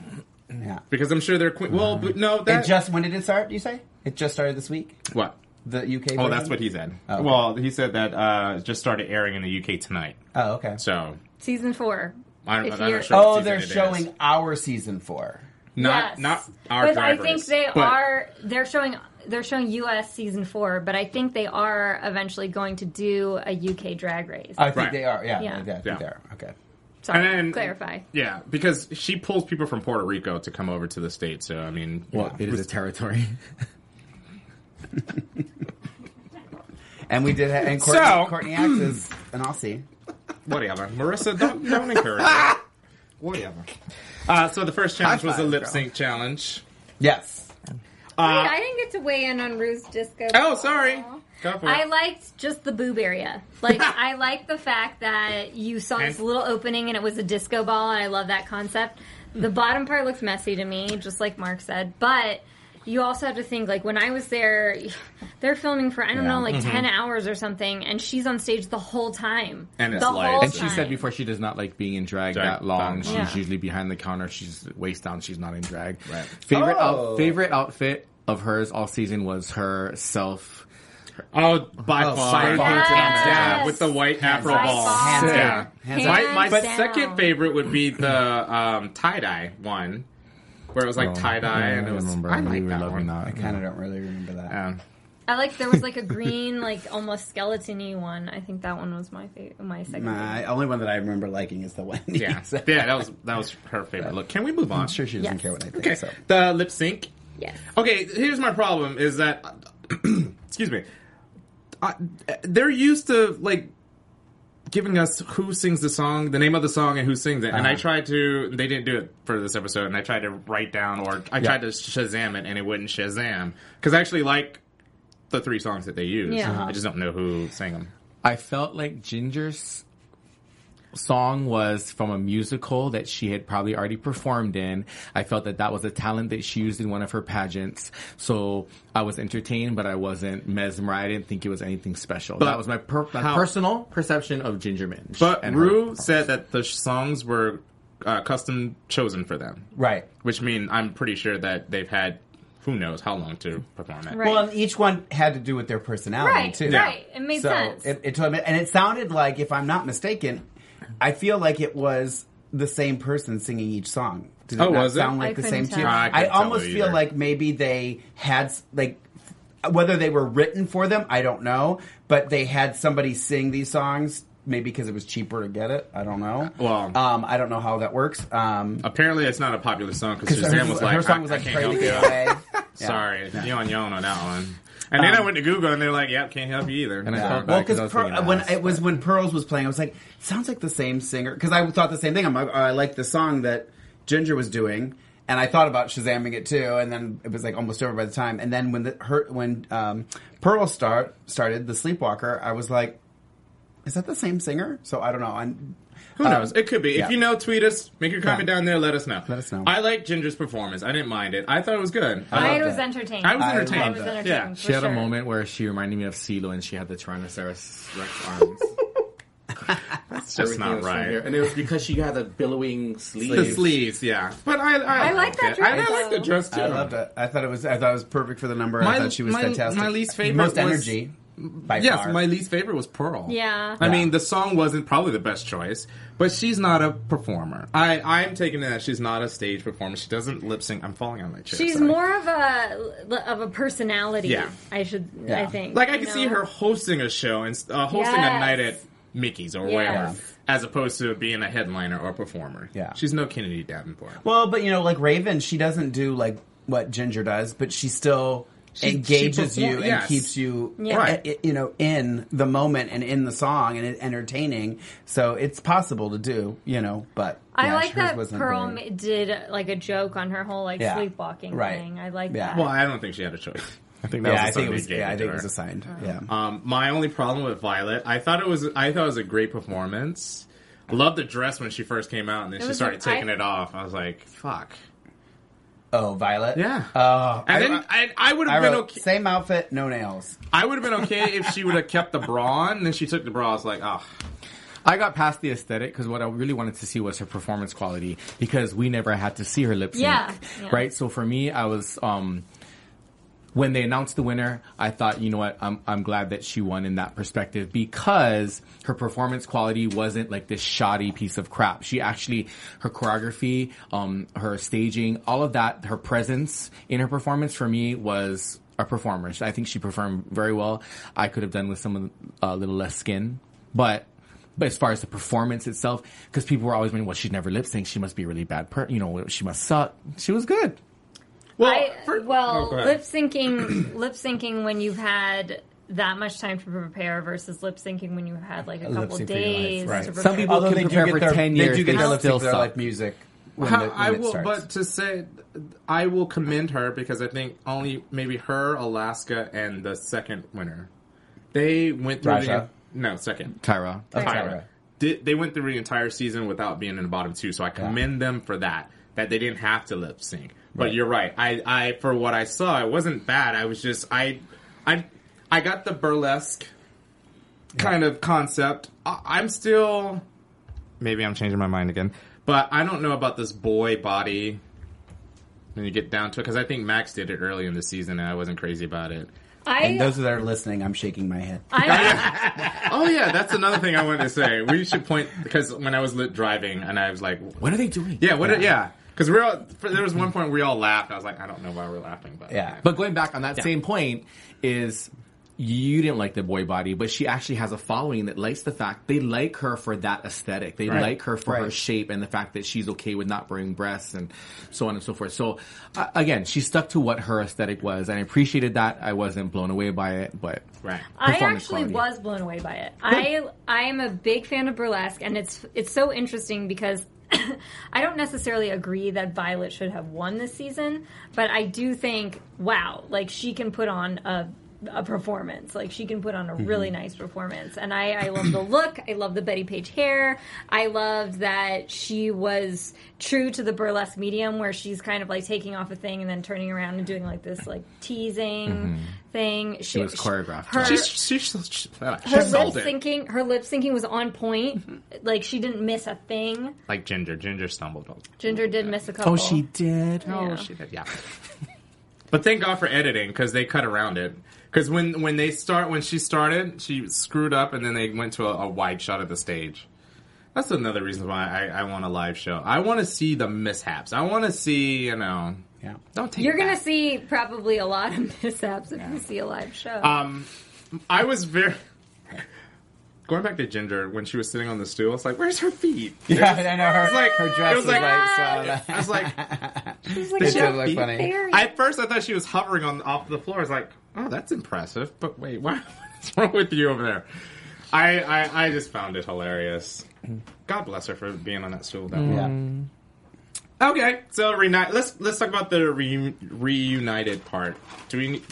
C: yeah.
B: Because I'm sure they're queen. Well, but no,
C: It
B: that
C: just when did it start? You say it just started this week.
B: what?
C: The UK.
B: Oh,
C: version?
B: that's what he said.
C: okay.
B: Well, he said that uh, it just started airing in the UK tonight.
C: Oh, okay.
B: So
D: season four.
B: I don't,
D: If
B: I'm not
D: you're-
B: sure. what
C: oh,
B: season
C: they're
B: it is.
C: showing our season four.
B: not
D: Yes.
B: not our
D: But
B: drivers.
D: I think they
B: but-
D: are. They're showing. They're showing U.S. season four, but I think they are eventually going to do a U.K. drag race.
C: I think
B: Right.
C: they are. Yeah,
D: Yeah.
C: yeah, I think
B: Yeah.
C: they are. Okay.
D: Sorry,
B: Uh, and then- uh,
D: clarify.
B: Yeah, because she pulls people from Puerto Rico to come over to the states. So I mean,
E: Well, it is a (laughs) territory.
C: And we did, ha- and Courtney,
B: So-
C: Courtney Axe is an Aussie.
B: whatever. Marissa, don't don't encourage
C: (laughs)
B: her. Whatever. Uh, so the first challenge was a
E: five,
B: lip
E: girl.
B: sync challenge.
C: Yes.
D: Wait, I didn't get to weigh in on Rue's disco.
B: Oh, sorry. Go for
D: I
B: it.
D: liked just the boob area.
B: (laughs)
D: Like I liked the fact that you saw this
B: And-
D: little opening and it was a disco ball, and I love that concept.
B: Hmm.
D: The bottom part looked messy to me, just like Mark said, but. You also have to think, like, when I was there, (sighs) they're filming for, I don't
E: Yeah.
D: know, like
B: Mm-hmm.
D: 10 hours or something, and she's on stage the whole time.
B: And it's
D: the
B: light.
D: whole
B: And
E: she
D: time.
E: said before she does not like being in drag
B: Drag,
E: that long.
B: um,
E: She's
D: Yeah.
E: usually behind the counter. She's waist down. She's not in drag.
B: Right.
E: Favorite
C: Oh.
E: out, favorite outfit of hers all season was her self.
B: Oh, by
C: Oh,
B: far,
C: sorry.
B: hands
D: Yes.
B: down with the white afro
D: By
B: ball.
D: far.
C: Hands
B: Yeah.
C: down. Hands
B: My,
D: down.
B: my
D: Hands down.
B: second favorite would be the um, tie dye one, where it was like
E: Oh,
B: tie dye,
E: I
B: and it was.
E: remember.
B: I like
E: we were
B: that one.
E: loving that.
C: I kind of don't really remember that.
B: Um,
D: I like there was like a green, like almost skeleton-y one. I think that one was my favorite, my second.
C: My
D: favorite.
C: only one that I remember liking is the one. you
B: yeah,
E: (laughs)
C: said.
B: yeah, that was that was her favorite look. Can we move on?
C: I'm sure she doesn't
D: Yes.
C: care what I think.
B: Okay,
C: So.
B: the lip sync.
D: Yes.
B: Okay, here's my problem: is that (clears throat) excuse me, I, they're used to like giving us who sings the song, the name of the song, and who sings it. And I tried to, they didn't do it for this episode, and I tried to write down or I tried to Shazam it, and it wouldn't Shazam because I actually like the three songs that they use.
D: Yeah. Uh-huh.
B: I just don't know who sang them.
E: I felt like Ginger's song was from a musical that she had probably already performed in. I felt that that was a talent that she used in one of her pageants. So I was entertained, but I wasn't mesmerized. I didn't think it was anything special. that was my, per- my
B: how-
E: personal perception of Ginger Minge.
B: But
E: and her
B: Rue
E: performance.
B: said that the songs were uh, custom chosen for them,
C: Right.
B: which mean I'm pretty sure that they've had who knows how long to perform it.
D: Right.
C: Well, and each one had to do with their personality
D: Right,
C: too.
D: right. It made
C: so
D: sense.
C: It, it told me, and it sounded like, if I'm not mistaken, I feel like it was the same person singing each song. Did
B: Oh,
C: not
B: was it? Ah,
C: sound
D: I
C: like the
D: couldn't
C: same
D: tell.
C: tune?
D: I
B: couldn't
C: I,
B: tell
C: almost feel
B: either.
C: like maybe they had s- like whether they were written for them, I don't know, but they had somebody sing these songs. Maybe because it was cheaper to get it. I don't know.
B: Well-
C: um, I don't know how that works. Um,
B: Apparently, it's not a popular song because
C: her,
B: Shazam was like,
C: her song
B: I,
C: was
B: I
C: like
B: can't
C: "Pray to
B: help
C: Get
B: (laughs) you.
C: Away." Yeah. Um,
B: Sorry, yawn yawn on that one. And then I went to Google and they're like, "Yep, can't help you either."
E: I
B: So-
E: felt
C: Well,
E: back 'cause
C: because
E: I was
C: per-
E: thinking
C: when
E: ass,
C: it was when Pearls was playing, I was like, sounds like the same singer. Because I thought the same thing. I'm like, oh, I like the song that Ginger was doing, and I thought about shazamming it too. And then it was like almost over by the time. And then when the her when um, Pearl start started the Sleepwalker, I was like, Is that the same singer? So I don't know. I'm,
B: Who
C: Um,
B: knows? It could be.
C: yeah.
B: If you know, tweet us. Make your comment
C: Yeah.
B: down there. Let us know.
C: Let us know.
B: I like Ginger's performance. I didn't mind it. I thought it was good.
D: I
C: loved
D: was
C: it.
D: entertained.
B: I was
C: I
B: entertained.
C: loved it.
D: entertained,
B: Yeah.
D: for
E: She had
D: sure.
E: a moment where she reminded me of CeeLo and she had the Tyrannosaurus Rex arms.
B: That's just
G: Everything
B: not
G: was from
B: right.
G: here. And it was because she had the billowing
B: The
G: sleeves.
B: sleeves, yeah. But I, I,
D: I like
B: liked
D: that
B: it.
D: dress,
B: I, I like the
D: though.
B: dress too.
C: I loved it. I thought it was. I thought it was perfect for the number.
B: My-
C: I thought she was
B: my-
C: fantastic.
B: my least favorite
C: Most
B: was-
C: energy. By
B: Yes,
C: far.
B: my least favorite was Pearl.
D: Yeah.
B: I mean, the song wasn't probably the best choice, but she's not a performer. I, I'm taking it that she's not a stage performer. She doesn't lip sync. I'm falling on my chair.
D: She's
B: sorry.
D: more of a of a personality.
B: Yeah.
D: I should. I
C: Yeah.
D: think.
B: Like
D: you
B: I can
D: know?
B: see her hosting a show and uh, hosting a
D: Yes.
B: night at Mickey's or
D: Yes.
B: wherever, as opposed to being a headliner or a performer.
C: Yeah.
B: she's no Kennedy Davenport.
C: Well, but you know, like Raven, she doesn't do like what Ginger does, but she still
B: She-
C: engages
B: she
C: you
B: perform-
C: and
B: yes.
C: keeps you,
D: Yeah.
B: Right.
C: i- i- you know, in the moment and in the song and it- entertaining. So it's possible to do, you know. But
D: I
C: yeah,
D: like
C: hers
D: that
C: wasn't
D: Pearl
C: great.
D: ma- did like a joke on her whole like
C: Yeah.
D: sleepwalking
C: Right.
D: thing. I like
C: Yeah.
D: that.
B: well, I don't think she had a choice. (laughs) I think that
C: Yeah, I think it
B: was the song
C: was.
B: they gave
C: Yeah, I
B: to
C: think it Uh-huh.
B: her.
C: was assigned.
D: Uh-huh.
C: Yeah.
B: Um, my only problem with Violet, I thought it was, I thought it was a great performance. I loved the dress when she first came out, and then she
D: was
B: started
D: a- I-
B: taking it off. I was like, "Fuck!"
C: oh, Violet.
B: Yeah.
C: Oh,
B: And
C: I,
B: then I, I would
C: I
B: have been
C: wrote
B: okay.
C: same outfit, no nails.
B: I would have been okay if she would have kept the bra on. And then she took the bra. I was like, "Oh,
E: I got past the aesthetic because what I really wanted to see was her performance quality because we never had to see her lip sync.
D: Yeah, yeah.
E: Right? So for me, I was, um, when they announced the winner, I thought, you know what, I'm, I'm glad that she won in that perspective because her performance quality wasn't like this shoddy piece of crap. She actually, her choreography, um, her staging, all of that, her presence in her performance for me was a performer. I think she performed very well. I could have done with some a little less skin, but but as far as the performance itself, because people were always wondering, well, she's never lip sync. She must be a really bad per, you know, she must suck. She was good.
B: well,
D: I,
B: for-
D: well,
B: Oh, go ahead.
D: lip syncing, (clears throat) lip syncing when you've had that much time to prepare versus lip syncing when you had like a couple
C: sync for your life,
D: days.
C: right.
D: To
C: Some
D: prepare.
E: Some people
C: Although
E: can
C: they do
E: prepare
C: get
E: for
C: their,
E: ten
C: they
E: years,
C: do get
E: they
C: their lip sync
E: still
C: for their
E: suck.
C: life music. When
B: How-
C: the, when
B: I
C: it
B: will,
C: starts.
B: but to say, I will commend her because I think only maybe her, Alaska, and the second winner, they went through
C: Raja?
B: the no second
E: Tyra.
B: Tyra. Did, they went through the entire season without being in the bottom two, so I commend them for that. That they didn't have to lip sync. But you're right. I, I for what I saw, it wasn't bad. I was just I, I, I got the burlesque kind of concept. I, I'm still maybe I'm changing my mind again, but I don't know about this boy body. When you get down to it, because I think Max did it early in the season, and I wasn't crazy about it.
C: And
D: I,
C: those that are listening, I'm shaking my head.
D: I,
B: Oh yeah, that's another thing I wanted to say. We should point because when I was lit driving, and I was like,
E: What are they doing?
B: Yeah, what? Yeah, because we're all. For, there was one point we all laughed. I was like, I don't know why we're laughing, but
C: Yeah.
E: But going back on that same point is you didn't like the boy body, but she actually has a following that likes the fact they like her for that aesthetic. They
B: Right.
E: like her for her
C: Right.
E: shape and the fact that she's okay with not wearing breasts and so on and so forth. So uh, again, she stuck to what her aesthetic was, and I appreciated that. I wasn't blown away by it, but
B: right.
D: I
E: performance
D: actually
E: quality.
D: was blown away by it. I I am a big fan of burlesque, and it's it's so interesting because (coughs) I don't necessarily agree that Violet should have won this season, but I do think wow, like she can put on a a performance like she can put on a really nice performance and i i love the look i love the betty page hair i loved that she was true to the burlesque medium where she's kind of like taking off a thing and then turning around and doing like this like teasing thing she
E: was choreographed.
D: her-
B: She's she's she, she
D: her lip
B: sold it.
D: syncing her lip syncing was on point like she didn't miss a thing
B: Like Ginger, Ginger stumbled. over-
D: ginger did
B: Oh,
D: miss a couple
E: did.
D: Yeah.
B: did, yeah. (laughs) but thank God for editing because they cut around it. Because when when they start when she started, she screwed up, and then they went to a, a wide shot of the stage. That's another reason why I, I want a live show. I want to see the mishaps. I want to see you know.
C: Yeah.
B: Don't take.
D: you're
B: it
D: gonna
B: back.
D: see probably a lot of (laughs) mishaps if you see a live show
B: Um, I was very. (laughs) Going back to Ginger, when she was sitting on the stool, it's like, "Where's her feet?"
C: Yeah, I know her.
B: It's like
C: her dress
B: it was like,
C: like so.
B: I was like,
D: Ah, She's like,
C: It
D: "She
C: did
D: had
C: look
D: feet
C: funny.
D: there."
B: at first I thought she was hovering on off the floor. I was like, "Oh, that's impressive," but wait, (laughs) why, what's wrong with you over there? I, I I just found it hilarious. God bless her for being on that stool. That long.
C: Yeah.
B: Okay, so reuni- let's let's talk about the re- reunited part. Do we need,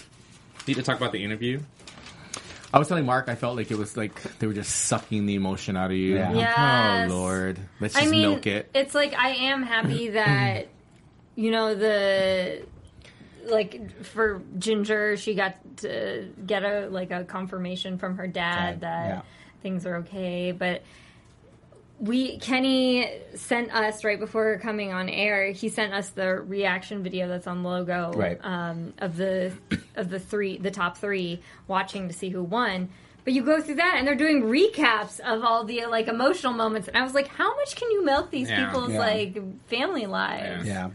B: need to talk about the interview?
E: I was telling Mark, I felt like it was like they were just sucking the emotion out of you.
C: Yeah.
D: Yes.
E: Oh Lord, let's
D: I
E: just
D: mean,
E: milk it.
D: it's like I am happy that you know the like for Ginger, she got to get a like a confirmation from her dad
C: Dad,
D: that
C: yeah.
D: things are okay, but. We Kenny sent us right before coming on air. He sent us the reaction video that's on logo
C: Right.
D: um, of the of the three the top three watching to see who won. But you go through that and they're doing recaps of all the like emotional moments, and I was like, how much can you milk these
B: Yeah.
D: people's
C: Yeah.
D: like family lives?
C: Yeah.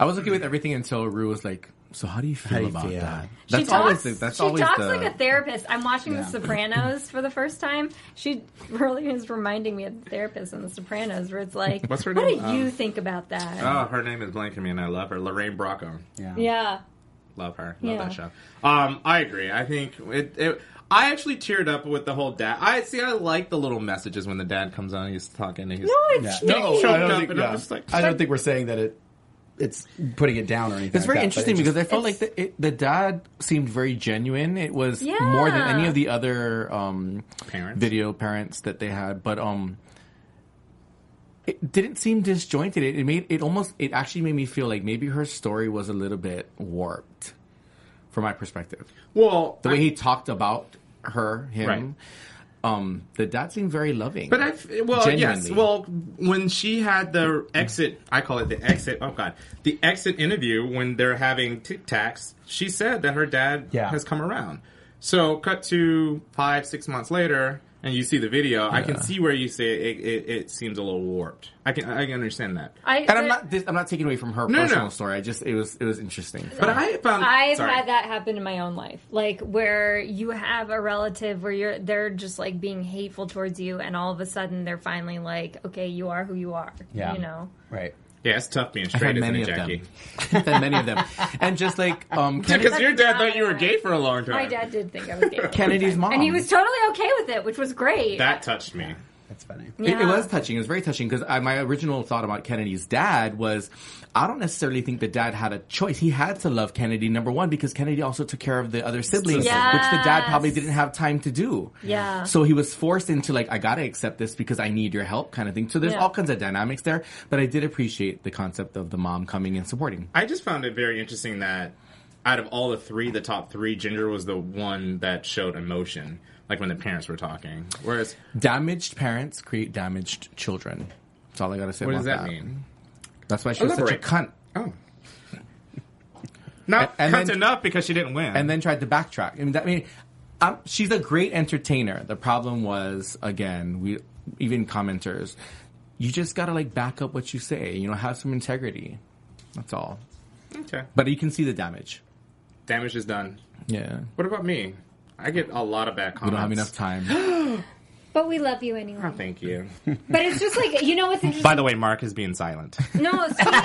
E: I was okay with everything until Rue was like, "So how do you feel
C: do you
E: about
C: feel?
E: that?"
D: She
E: That's
D: talks,
E: always the, that's
D: she
E: always
D: talks
E: the, (laughs)
D: like a therapist. I'm watching The
C: Yeah.
D: Sopranos for the first time. She really is reminding me of the therapist in The Sopranos, where it's like,
B: What's her
D: what
B: name?
D: do you
B: Um,
D: think about that?
B: Oh, her name is blanking me, and I love her. Lorraine Bracco.
C: Yeah.
D: yeah.
B: Love her.
D: Yeah.
B: Love that show. Um, I agree. I think it, it. I actually teared up with the whole dad. I see. I like the little messages when the dad comes on. He's talking. And he's
D: No, Oh, it's
B: No,
D: cute.
B: Choked
C: I don't,
B: up
C: think,
B: and I'm
C: yeah.
B: just like-
C: I don't think we're saying that it it's putting it down or anything. like
E: It's very
C: that, but
E: interesting
C: it just-
E: because I felt like
D: it's-
E: the, it, the dad seemed very genuine. It was more than
D: Yeah.
E: any of the other um,
B: Parents.
E: video parents that they had, but um, it didn't seem disjointed. It, it made it almost. It actually made me feel like maybe her story was a little bit warped, from my perspective.
B: Well,
E: The
B: I-
E: way he talked about her, him.
B: Right.
E: Um, the dad seemed very loving,
B: But I f- well yes well when she had the exit I call it the exit oh god the exit interview when they're having Tic Tacs she said that her dad
C: Yeah.
B: has come around so cut to five six months later and you see the video I can see where you say it, it, it seems a little warped I can I can understand that
D: I,
E: and I'm
D: there-
E: not. This, I'm not taking away from her
B: No, no,
E: personal
B: no.
E: story. I just it was it was interesting.
B: but I found
D: I've
B: sorry.
D: had that happen in my own life, like where you have a relative where you're they're just like being hateful towards you, and all of a sudden they're finally like, okay, you are who you are,
C: Yeah.
D: you know.
C: right.
B: yeah it's tough being
E: I've had
B: straight isn't
E: many
B: it
E: of
B: Jackie
E: them.
D: (laughs)
E: (laughs) I've had many of them. And just like um, Ken-
B: because your dad
D: not
B: thought you were
D: right.
B: gay for a long time
D: My dad did think I was gay,
E: Kennedy's mom.
D: and he was totally okay with it, which was great.
B: that touched me
C: That's funny.
E: It, it
D: Yeah.
E: was touching. It was very touching because my original thought about Kennedy's dad was, I don't necessarily think the dad had a choice. He had to love Kennedy number one because Kennedy also took care of the other siblings,
D: Yes.
E: which the dad probably didn't have time to do.
D: Yeah.
E: So he was forced into like, I gotta accept this because I need your help, kind of thing. So there's
D: Yeah.
E: all kinds of dynamics there, but I did appreciate the concept of the mom coming and supporting.
B: I just found it very interesting that out of all the three, the top three, Ginger was the one that showed emotion, like when the parents were talking. Whereas,
E: Damaged parents create damaged children. That's all I gotta say.
B: what
E: about
B: does that mean?
E: That's why she was
B: Elaborate.
E: such a cunt.
B: Oh. Not
E: And- and
B: cunt
E: then-
B: enough because she didn't win.
E: and then tried to backtrack. I mean, that, I mean I'm, she's a great entertainer. The problem was, again, we even commenters, you just gotta like back up what you say. You know, have some integrity. That's all.
B: okay,
E: But you can see the damage.
B: damage is done.
E: Yeah,
B: What about me? I get a lot of bad comments.
E: we don't have
D: (gasps)
E: enough time.
D: but we love you anyway.
B: Oh, thank
E: (laughs)
B: you.
D: But it's just like you know what's interesting.
B: By the way, Mark is being silent.
D: no, speaking,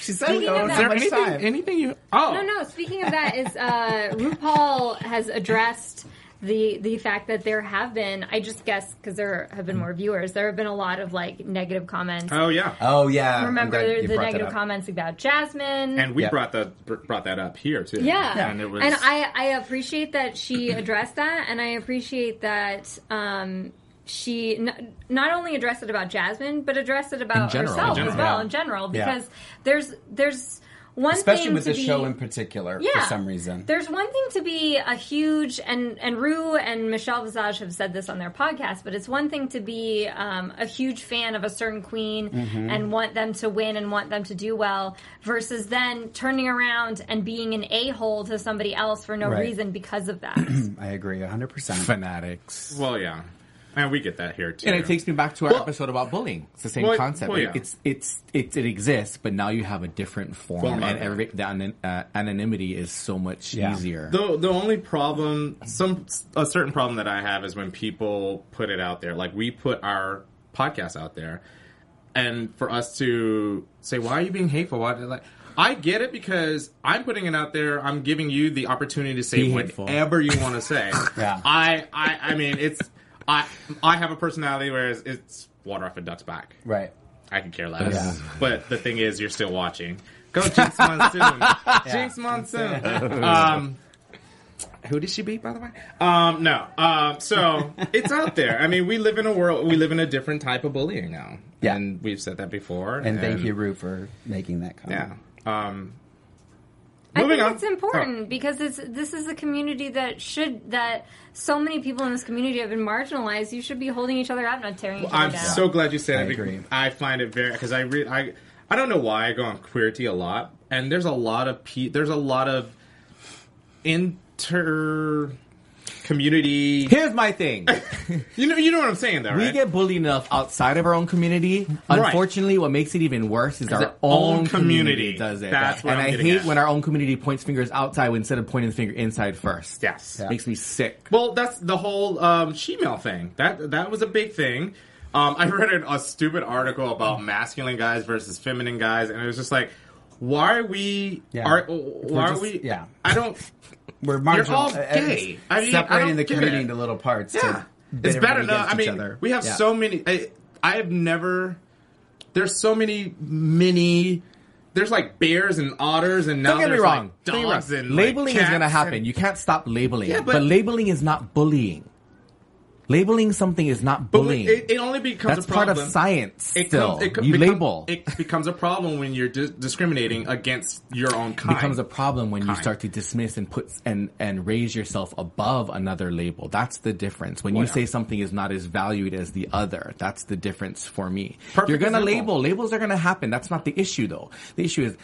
C: She said we
D: Speaking
C: don't
D: of
C: have
D: that-
C: much
B: anything,
C: time.
B: anything you? Oh,
D: no, no. Speaking of that, is uh, RuPaul has addressed. The, the fact that there have been, I just guess because there have been more viewers, there have been a lot of like negative comments
B: Oh yeah,
E: (laughs)
C: Oh yeah. I'm
D: remember
C: glad
D: the,
C: you
D: the
C: brought that
D: negative
C: up.
D: comments about Jasmine.
B: and we
C: Yeah.
B: brought that br- brought that up here too.
D: yeah.
B: and it was.
D: And I, I appreciate that
C: (clears throat)
D: she addressed that, and I appreciate that um, she n- not only addressed it about Jasmine, but addressed it about
E: general.
D: herself
E: In
D: as
B: general.
D: well
C: Yeah.
D: in general
C: Yeah.
D: because there's there's one
C: Especially
D: thing
C: with
D: to
C: this
D: be,
C: show in particular,
D: yeah.
C: for some reason.
D: There's one thing to be a huge and and Rue and Michelle Visage have said this on their podcast, but it's one thing to be um, a huge fan of a certain queen
B: Mm-hmm.
D: and want them to win and want them to do well, versus then turning around and being an a hole to somebody else for no
C: Right.
D: reason because of
B: (clears throat)
D: that.
C: I agree, hundred percent.
E: Fanatics.
B: well, yeah, and we get that here too.
E: And it takes me back to our episode about bullying. It's the same
B: Well,
E: concept.
B: well, yeah.
E: It's it's it, it exists, but now you have a different form,
B: Form of
E: and
B: it.
E: every, the anon- uh, anonymity is so much
C: Yeah.
E: easier.
B: The the only problem, some a certain problem that I have is when people put it out there. Like we put our podcast out there, and for us to say, "Why are you being hateful?" Why like I get it because I'm putting it out there. I'm giving you the opportunity to say
E: Be hateful.
B: whatever you want to
E: (laughs)
B: say.
C: Yeah.
B: I, I I mean it's I I have a personality where it's, it's water off a duck's back.
C: Right.
B: I could care less.
C: Yeah.
B: But the thing is, you're
D: (laughs)
B: still watching. Go Jinx Monsoon. Jinx Monsoon. Um, Who did she beat, by the way? Um, no. Um, so it's out there. I mean, we live in a world. We live in a different type of bullying now.
C: Yeah.
B: and we've said that before.
C: And thank you, Rue, for making that
B: Yeah.
C: comment.
B: Um,
D: I
B: moving
D: think
B: on. Oh.
D: it's important because it's, this is a community that should that so many people in this community have been marginalized. You should be holding each other out, not tearing each other
B: I'm
D: down.
B: so glad you said
C: I
B: it. because
C: agree.
B: I find it very because I re- I I don't know why I go on queerty a lot, and there's a lot of pe- there's a lot of inter community.
E: Here's my
B: (laughs)
E: thing.
B: You know, you know what I'm saying, though,
E: We
B: right?
E: get bullied enough outside of our own community.
B: Right.
E: Unfortunately, what makes it even worse is
B: the
E: our own,
B: own community.
E: community. does it.
B: That's what
E: and
B: I'm
E: I
B: getting
E: hate
B: at.
E: when our own community points fingers outside when instead of pointing the finger inside first.
B: yes.
E: Makes me sick.
B: Well, that's the whole um, shemale thing. That that was a big thing. Um, I (laughs) read an, a stupid article about masculine guys versus feminine guys, and it was just like, why are we?
C: Yeah.
B: Are,
C: We're
B: why are
C: just-
B: we?
C: yeah.
B: I don't.
C: We're marginal.
B: all
C: uh,
B: gay.
C: it's
B: I mean, I
C: separating
B: don't
C: the
B: get
C: community
B: it.
C: into little parts.
B: Yeah,
C: To
B: it's
C: bit
B: better
C: everybody
B: enough. I
C: against each
B: mean,
C: other.
B: we have
C: Yeah.
B: so many. I, I have never. There's so many mini. There's like bears and otters, and now
E: Don't get me
B: there's
E: wrong.
B: like
E: Don't get me
B: dogs
E: wrong.
B: and like,
E: labeling is going to
B: cats
E: happen.
B: and-
E: You can't stop labeling.
B: Yeah, but-
E: but, labeling is not bullying. Labeling something is not
B: But
E: bullying.
B: It, it only becomes
E: That's
B: a problem.
E: part of science.
B: It
E: still,
B: comes- it co-
E: you
B: become-
E: label.
B: It becomes a problem when you're dis- discriminating against your own kind.
E: becomes a problem when
B: Kind.
E: you start to dismiss and put and and raise yourself above another label. That's the difference. When
B: Well,
E: you
B: Oh, yeah.
E: say something is not as valued as the other, that's the difference for me.
B: Perfect
E: You're gonna
B: example.
E: label. Labels are gonna happen. That's not the issue though. The issue is,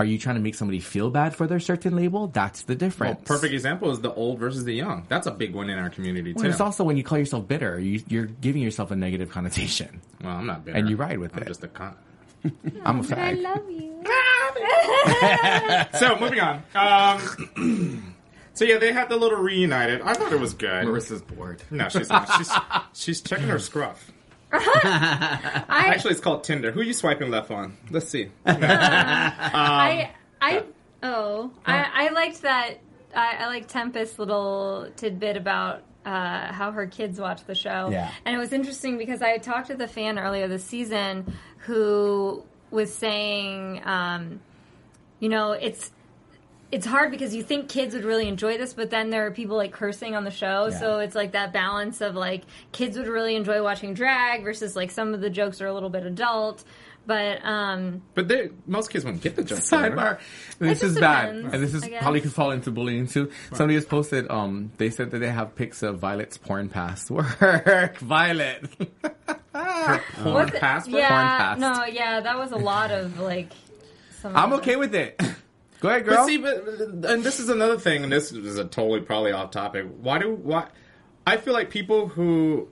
E: are you trying to make somebody feel bad for their certain label? That's the
B: Well,
E: difference.
B: perfect example is the old versus the young. That's a big one in our community too.
E: Well, it's also when you call yourself bitter, you, you're giving yourself a negative connotation.
B: well, I'm not bitter.
E: And you ride with
B: I'm
E: it.
B: Just a con.
E: I'm a
D: I
E: fag.
D: love you.
B: so moving on. Um, so yeah, they had the little reunited. I thought it was good.
E: Marissa's bored.
B: No, she's not. She's she's checking her scruff.
D: I,
B: Actually, it's called Tinder. Who are you swiping left on? Let's see.
D: I, I, oh, I, I liked that. I, I like Tempest's little tidbit about uh, how her kids watch the show.
C: Yeah.
D: And it was interesting because I had talked to the fan earlier this season who was saying, um, you know, it's it's hard because you think kids would really enjoy this, but then there are people like cursing on the show. So it's like that balance of like kids would really enjoy watching drag versus like some of the jokes are a little bit adult. But um,
B: But they- most kids won't get the joke.
E: sidebar. This
D: just
E: is bad,
D: depends,
E: and this is
D: I guess.
E: probably could fall into bullying too. Somebody just posted. Um, they said that they have pics of Violet's porn password. (laughs) Violet. (laughs)
D: What's it-
B: password.
D: Yeah,
E: Porn
D: no,
E: passed.
D: yeah, that was a lot of like. Some
E: I'm okay with it. (laughs) Go ahead,
B: But
E: girl.
B: see, but and this is another thing, and this is a totally probably off topic. Why do why? I feel like people who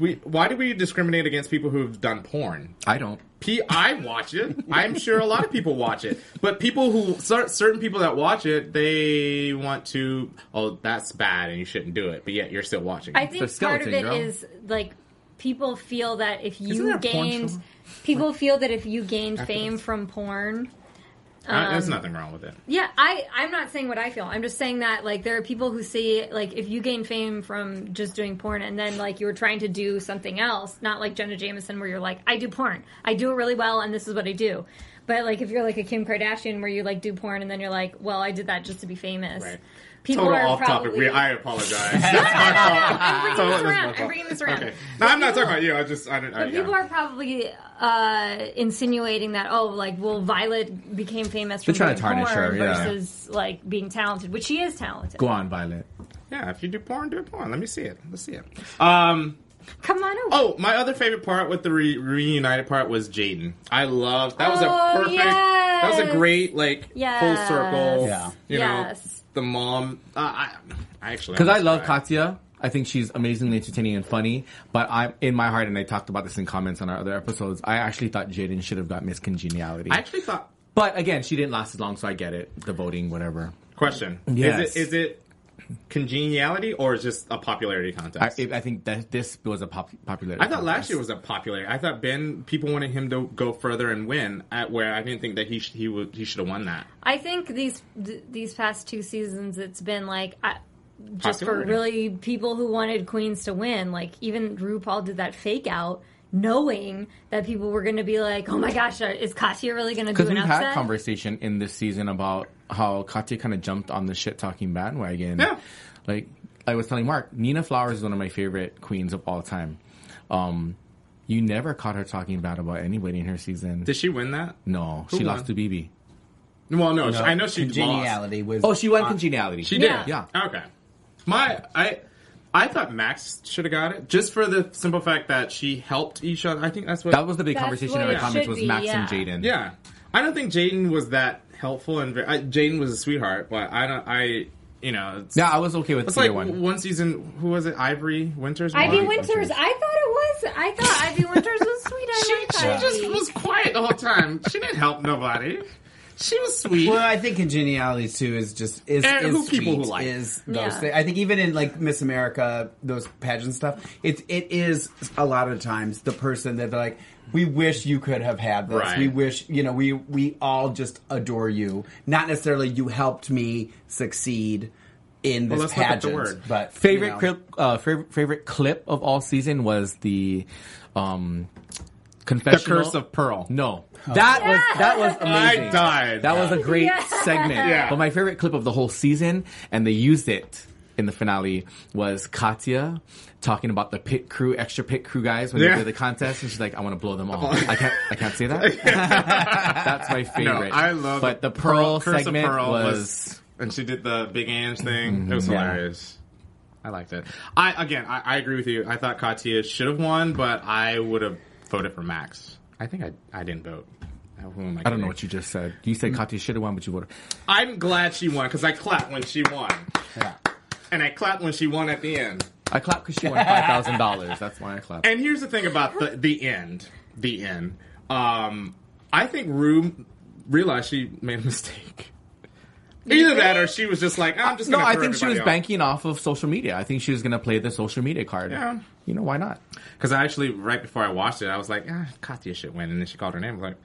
B: we why do we discriminate against people who've done porn?
E: I don't.
B: P, I watch it. I'm sure a lot of people watch it, but people who cer- certain people that watch it, they want to. Oh, that's bad, and you shouldn't do it. But yet you're still watching.
D: I
B: it.
D: think
E: It's a
D: part of it
E: skeleton, girl.
D: is like people feel that if
B: Isn't there
D: you
B: a porn
D: gained,
B: show?
D: people feel that if you gained
B: After
D: fame
B: this.
D: from porn.
B: Uh,
D: um,
B: there's nothing wrong with it.
D: Yeah, I I'm not saying what I feel. I'm just saying that like there are people who see like if you gain fame from just doing porn and then like you were trying to do something else, not like Jenna Jameson where you're like I do porn, I do it really well, and this is what I do. But like if you're like a Kim Kardashian where you like do porn and then you're like, well, I did that just to be famous.
B: Right.
D: People
B: Total
D: are
B: off topic.
D: probably.
B: We, I apologize.
D: (laughs)
B: That's
D: I'm bringing this
B: my fault. Totally my
D: around. I'm
B: fault.
D: bringing this around.
B: Okay. No, I'm not talking about you. I just I don't. I,
D: But
B: yeah.
D: people are probably uh, insinuating that oh, like well, Violet became famous from
E: They're trying to
D: doing
E: tarnish her,
D: porn
E: yeah.
D: versus like being talented, which she is talented.
E: Go on, Violet.
B: yeah. If you do porn, do porn. Let me see it. Let's see it. Um.
D: Come on over.
B: Oh, my other favorite part with the re- reunited part was Jaden. I loved that was
D: Oh,
B: a perfect. That was a great like full
D: Yes.
B: circle.
C: Yeah.
B: You know,
D: Yes.
B: the mom. Uh, I, I actually
E: Because I
B: almost
E: love
B: cried.
E: Katya. I think she's amazingly entertaining and funny. But I'm in my heart, and I talked about this in comments on our other episodes. I actually thought Jaden should have got Miss Congeniality.
B: I actually thought.
E: but again, she didn't last as long, so I get it. The voting, whatever.
B: Question. Is
E: Yes.
B: it is it congeniality or is just a popularity
E: I,
B: contest? I,
E: I think that this was a pop, popular.
B: thought last year was a popularity. I thought Ben people wanted him to go further and win. At where I didn't think that he sh- he would he should have won that.
D: I think these th- these past two seasons, it's been like. I, just for
B: Popularity.
D: really people who wanted queens to win, like even RuPaul did that fake out knowing that people were going to be like, "Oh my gosh, are- is Katya really going to do
E: Because
D: an
E: we've
D: upset?"
E: had conversation in this season about how Katya kind of jumped on the shit talking bandwagon.
B: Yeah.
E: Like I was telling Mark, Nina Flowers is one of my favorite queens of all time. Um, you never caught her talking bad about anybody in her season.
B: Did she win that?
E: no,
B: Who
E: she
B: won?
E: lost to BB.
B: Well, no, I know she lost.
C: Congeniality was.
E: Oh, she won congeniality.
B: She
D: Yeah.
B: did.
E: Yeah.
B: Okay. My I I thought Max should have got it just for the simple fact that she helped each other. I think that's what
E: That was the big
D: That's
E: conversation
D: what
E: in our
D: it
E: comments
D: should
E: was
D: be,
E: Max and
D: yeah.
E: Jaden.
B: Yeah, I don't think Jaden was that helpful, and ve- I, Jaden was a sweetheart, but I don't. I you know, it's,
E: Yeah, I was okay with
B: it's
E: either
B: like
E: one.
B: one. season. Who was it? Ivory Winters.
D: Ivy
B: won?
D: Winters. I thought it was. I thought Ivy Winters was sweet. (laughs) I
B: She,
D: like
B: she
D: Ivy.
B: just was quiet the whole time. She didn't help nobody. She was sweet.
C: Well, I think congeniality too is just is,
B: And
C: is
B: Eh, who people who
C: sweet,
B: like.
C: is those
D: Yeah.
C: thi- I think even in like Miss America, those pageant stuff, it it is a lot of times the person that they're like, we wish you could have had this.
B: Right.
C: We wish you know we we all just adore you. Not necessarily you helped me succeed in this
B: Well, let's look at the
C: pageant,
B: word.
C: but
E: Favorite
C: you know.
E: clip, uh, favorite, favorite clip of all season was the um, confessional.
B: Curse of Pearl.
E: No, that was that was amazing.
B: I died.
E: That was a great
D: Yeah.
E: segment.
B: Yeah.
E: But my favorite clip of the whole season, and they used it in the finale, was Katya talking about the pit crew, extra pit crew guys when
B: Yeah.
E: they did the contest, and she's like, "I want to blow them all.
B: (laughs)
E: I can't, I can't say that." (laughs) That's my favorite.
B: I love
E: But the
B: it.
E: pearl,
B: Curse of
E: segment
B: Pearl
E: was, Mm,
B: and she did the big Ange thing. It was
C: Yeah.
B: hilarious. I liked it. I again, I, I agree with you. I thought Katya should have won, but I would have voted for Max. I think I I didn't vote. Who am I,
E: I don't know what you just said. You said Katya should have won, but you would.
B: I'm glad she won because I clapped when she won,
C: Yeah.
B: and I clapped when she won at the end.
E: I clapped because she won five thousand dollars. That's why I clapped.
B: And here's the thing about the the end. The end. Um, I think Rue realized she made a mistake. Either that, or she was just like, "I'm just."
E: no,
B: Gonna
E: I
B: throw
E: think she was
B: everybody off.
E: banking off of social media. I think she was going to play the social media card.
B: Yeah.
E: You know, why not?
B: Because I actually, right before I watched it, I was like, ah, Katya should win. And then she called her name. I was like,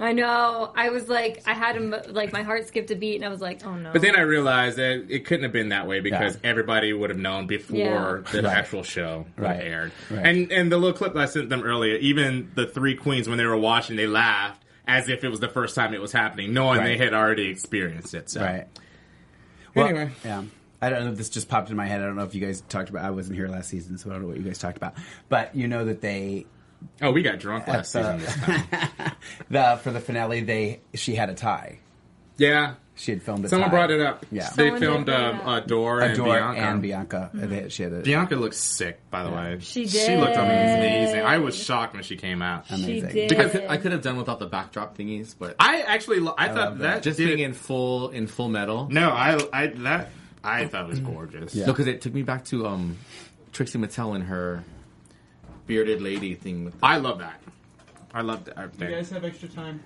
D: I know. I was like, I had him like my heart skipped a beat, and I was like, oh no.
B: but then I realized that it couldn't have been that way because
C: Yeah.
B: everybody would have known before
D: Yeah.
B: the actual show would have
C: Right.
B: aired.
C: Right.
B: And and the little clip that I sent them earlier, even the three queens when they were watching, they laughed as if it was the first time it was happening, knowing
C: Right.
B: they had already experienced it. So.
C: Right.
B: Anyway.
C: yeah. I don't know if this just popped in my head. I don't know if you guys talked about. I wasn't here last season, so I don't know what you guys talked about. But you know that they
B: Oh, we got drunk last season. This
C: (laughs)
B: time.
C: the for the finale they she had a tie.
B: Yeah.
C: She had filmed a
B: Someone
C: tie.
B: brought it up.
C: Yeah.
B: They
D: Someone did
B: filmed
D: bring it
B: um,
D: up.
B: Adore, and
C: Adore
B: Bianca.
C: and Bianca. and they- She had a
B: Bianca looks sick, by the way.
D: She
B: She looked
D: did.
B: amazing. I was shocked when she came out.
D: she
C: amazing.
D: did.
E: I could, I could have done without the backdrop thingies, but
B: I actually, lo- I, thought
C: love
B: that,
C: that.
E: just
B: did
E: being
B: it-
E: in full in full metal.
B: No, I, I that I thought it was gorgeous.
C: Yeah.
E: No, because it took me back to um, Trixie Mattel and her bearded lady thing. With the,
B: I love that. I loved everything.
H: You guys have extra time.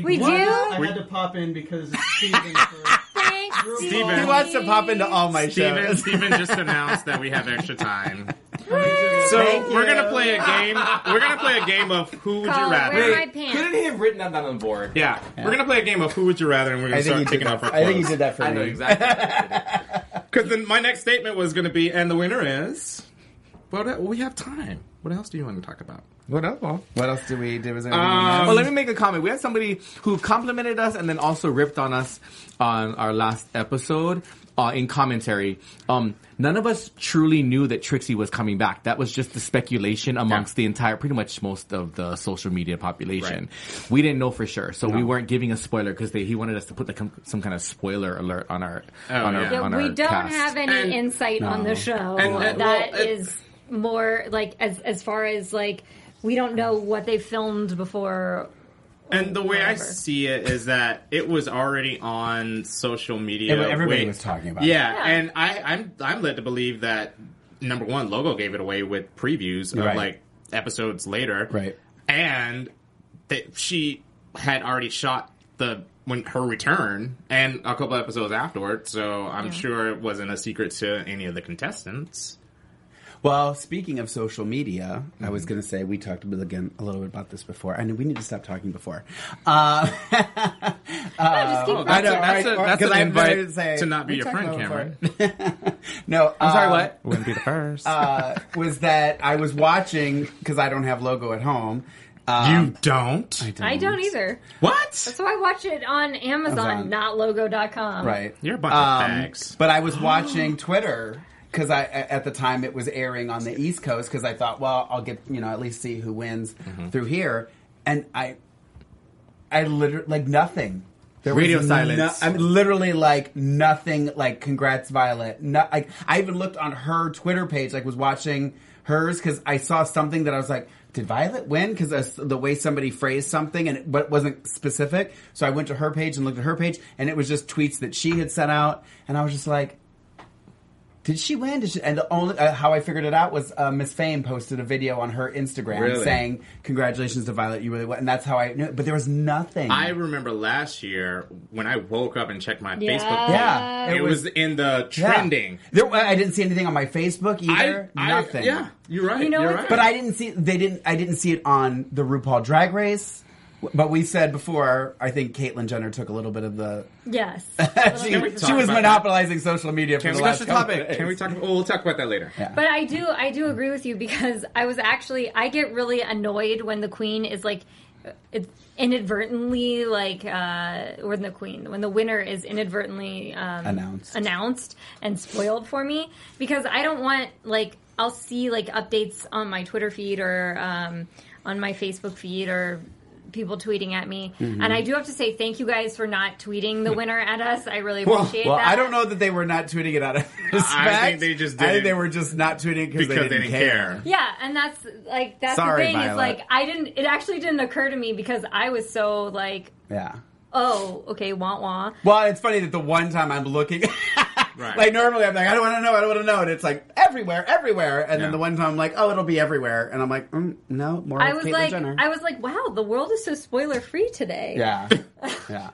D: (laughs) we do.
H: I had to pop in because it's season for.
D: Thanks,
H: He
D: Steve.
B: He
E: wants to pop into all my
B: Steven, Steven just announced that we have
C: (laughs)
B: extra time. So we're gonna play a game. We're gonna play a game of who would you
D: Call
B: rather.
D: Where My Pants.
E: Couldn't he have written that down on the board?
B: Yeah. we're gonna play a game of who would you rather, and we're gonna
C: I think
B: start
C: you did
B: taking off
C: that.
B: our
C: I think you
B: clothes.
C: did that for
E: I
C: me.
E: know exactly.
B: Because then my next statement was gonna be, and the winner is. But uh, we have time. What else do you want to talk about?
E: (laughs) what up, Paul?
C: What else did we do? Was there anything
B: Um,
C: else?
E: Well, let me make a comment. We had somebody who complimented us and then also ripped on us on our last episode uh, in commentary. Um, none of us truly knew that Trixie was coming back. That was just the speculation amongst the entire, pretty much most of the social media population. We didn't know for sure, so we weren't giving a spoiler because he wanted us to put the, com- some kind of spoiler alert on our
B: Oh,
E: on our
B: yeah.
D: Yeah,
E: on
D: we
E: our
D: don't
E: cast.
D: have any
B: And-
D: insight on the show.
B: And- and-
D: That
B: well, it-
D: is more like as as far as like we don't know what they filmed before.
B: And the way I
D: Whatever.
B: see it is that it was already on social media.
C: Everybody- everybody
B: with-
C: was talking about
B: Yeah,
D: Yeah.
B: and I, I'm I'm led to believe that number one, Logo gave it away with previews of
C: Right.
B: like episodes later,
C: Right.
B: And that she had already shot the when her return and a couple episodes afterward, so I'm sure it wasn't a secret to any of the contestants.
C: Well, speaking of social media, I was going to say we talked a bit again a little bit about this before. I know we need to stop talking before. Uh,
D: just keep
B: That's,
C: I know,
B: a, (laughs) that's,
C: right?
B: a, that's
C: 'Cause
B: an
C: I
B: invite
C: literally say,
B: to not be
C: "We
B: your
C: talked
B: friend,
C: about it
B: Cameron.
C: (laughs) No, I'm
E: Sorry, what?
B: Uh, Wouldn't be the first.
C: uh, was that I was watching because I don't have logo at home. Um,
B: you don't.
D: I don't either.
B: What?
D: So I watch it on Amazon,
C: Amazon.
D: not logo.com.
C: right?
B: You're a bunch of fags.
C: Um, But I was watching Twitter because I a- at the time it was airing on the East Coast because I thought, well, I'll get you know at least see who wins
B: Mm-hmm.
C: through here, and I, I literally like nothing. There
E: Radio
C: no-
E: silence.
C: I'm literally like nothing. Like congrats, Violet. No, like I even looked on her Twitter page. Like was watching hers because I saw something that I was like, did Violet win? Because the way somebody phrased something and it, but it wasn't specific. So I went to her page and looked at her page, and it was just tweets that she had sent out, and I was just like. Did she win? Did she, and the only uh, how I figured it out was uh, Miss Fame posted a video on her Instagram
B: Really?
C: saying congratulations to Violet, you really won, and that's how I knew. It. But there was nothing.
B: I remember last year when I woke up and checked my
D: Yeah. Uh,
B: Facebook. page,
C: Yeah,
B: It,
C: it
B: was, in the
C: Yeah.
B: trending.
C: There, I didn't see anything on my Facebook either.
B: I,
C: nothing.
B: I, yeah, you're right.
D: You
B: You
D: know
B: are
D: what's-
B: right.
C: But I didn't see. They didn't. I didn't see it on the RuPaul Drag Race. But we said before. I think Caitlyn Jenner took a little bit of the.
D: Yes.
C: (laughs) She,
B: Can we talk
C: she was
B: about
C: monopolizing social media for
B: Can
C: the
B: we
C: last
B: discuss
C: couple
B: the topic?
C: of
B: Can we
C: days.
B: talk? Well, we'll talk about that later.
C: Yeah.
D: But I do, I do agree with you because I was actually, I get really annoyed when the queen is like, it- inadvertently like, uh, when the queen, when the winner is inadvertently um,
C: Announced.
D: announced and spoiled for me because I don't want like, I'll see like updates on my Twitter feed or um, on my Facebook feed or people tweeting at me,
C: Mm-hmm.
D: and I do have to say thank you guys for not tweeting the winner at us. I really appreciate
C: Well,
D: that.
C: I don't know that they were not tweeting it out of respect.
B: they just
C: I think
B: didn't.
C: they were just not tweeting because they,
B: Because
C: didn't care.
D: Yeah, and that's like that's
C: Sorry,
D: the thing. It's
C: Violet.
D: like I didn't. It actually didn't occur to me because I was so like,
C: Yeah.
D: oh, okay, wah wah.
C: Well, it's funny that the one time I'm looking.
B: Right.
C: Like normally, I'm like, I don't want to know, I don't want to know, and it's like everywhere, everywhere. And
B: Yeah.
C: then the one time, I'm like, oh, it'll be everywhere, and I'm like, mm, no, more.
D: I
C: of
D: was
C: Caitlyn
D: like,
C: Jenner.
D: I was like, wow, the world is so spoiler free today.
C: yeah, (laughs) yeah.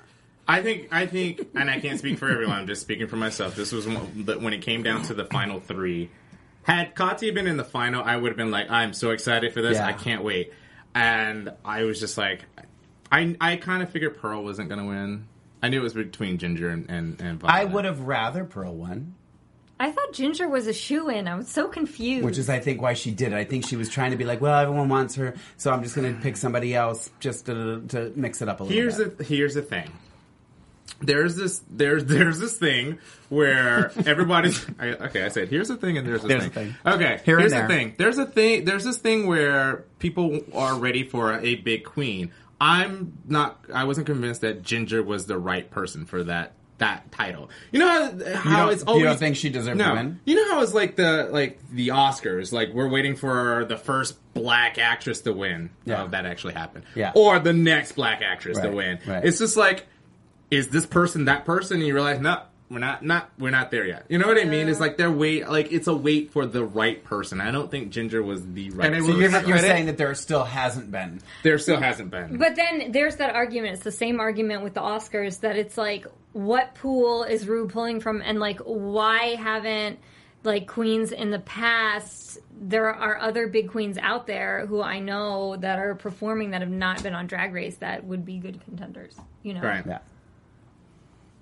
B: I think I think, and I can't speak for everyone. I'm just speaking for myself. This was one, but when it came down to the final three. Had Kati been in the final, I would have been like, I'm so excited for this.
C: Yeah.
B: I can't wait. And I was just like, I I kind of figured Pearl wasn't going to win. I knew it was between Ginger and and, and
C: I
B: Violet.
C: would have rather Pearl won,
D: I thought Ginger was a shoe in. I was so confused.
C: which is I think why she did it. I think she was trying to be like, well, everyone wants her, so I'm just going to pick somebody else just to, to mix it up a little.
B: Here's
C: bit.
B: the here's the thing. There's this there's there's this thing
C: (laughs)
B: where everybody's I, okay. I said here's the thing and there's this
C: There's
B: thing.
C: a thing.
B: Okay,
C: Here and
B: here's the
C: there.
B: thing. There's a thing. There's this thing where people are ready for a big queen. I'm not. I wasn't convinced that Ginger was the right person for that that title. You know how, how
C: don't-
B: it's
C: you
B: always.
C: don't think she deserved to
B: no.
C: win?
B: You know how it's like the like the Oscars. Like we're waiting for the first black actress to win.
C: Yeah.
B: Oh, that actually happened.
C: Yeah.
B: Or the next black actress to
C: Right,
B: win.
C: right.
B: It's just like, is this person that person? And you realize, no, we're not, not, we're not there yet. You know what I mean? It's like they're wait, like it's a wait for the right person. I don't think Ginger was the right.
E: And I will
B: person.
E: give
C: You're saying that there still hasn't been.
B: there still hasn't been.
D: But then there's that argument. It's the same argument with the Oscars that it's like, what pool is Rue pulling from, and like, why haven't like queens in the past? There are other big queens out there who I know that are performing that have not been on Drag Race that would be good contenders. You know,
B: right.
C: Yeah.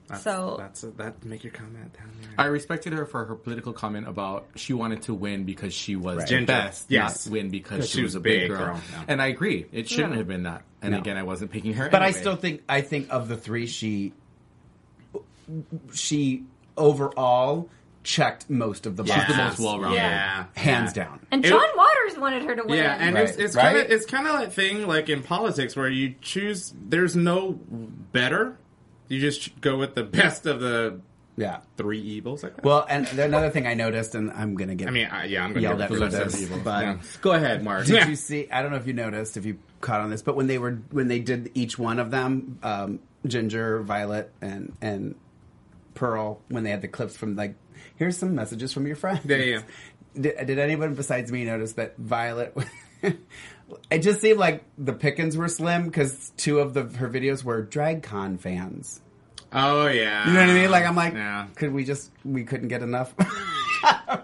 B: That's,
D: So-
B: that's that. Make your comment down there.
E: I respected her for her political comment about she wanted to win because she was the
B: Ginger.
E: best,
B: Yes.
E: not win because she, was, a big, girl.
B: yeah.
E: And I agree, it shouldn't
D: Yeah.
E: have been that. And
C: No.
E: again, I wasn't picking her.
C: But I
E: anyway.
C: still think I think of the three, she she overall checked most of the
B: Yeah.
C: boxes,
E: the most well-rounded.
B: Yeah.
C: hands
B: Yeah.
C: down.
D: And
B: It-
D: John Waters wanted her to win.
B: Yeah, and it's
C: Right,
B: it's kind
C: right?
B: of it's kind of like thing like in politics where you choose. There's no better. You just go with the (laughs) best of the
C: Yeah.
B: three evils. I guess.
C: Well, and another thing I noticed, and I'm gonna get.
B: I mean, I, yeah, I'm going to
C: yelled at
B: get
C: for
B: rid of
C: this,
B: this.
C: but
B: Yeah. Go ahead, Mark.
C: Did you see? I don't know if you noticed, if you caught on this, but when they were when they did each one of them, um, Ginger, Violet, and and Pearl, when they had the clips from like, here's some messages from your friends.
B: Yeah, yeah,
C: (laughs) Did, did anyone besides me notice that Violet? (laughs) it just seemed like the pickings were slim because two of the her videos were drag con fans.
B: (laughs) Oh yeah.
C: You know what I mean? Like I'm like,
B: Yeah.
C: could we just we couldn't get
B: (laughs)
C: enough? (laughs)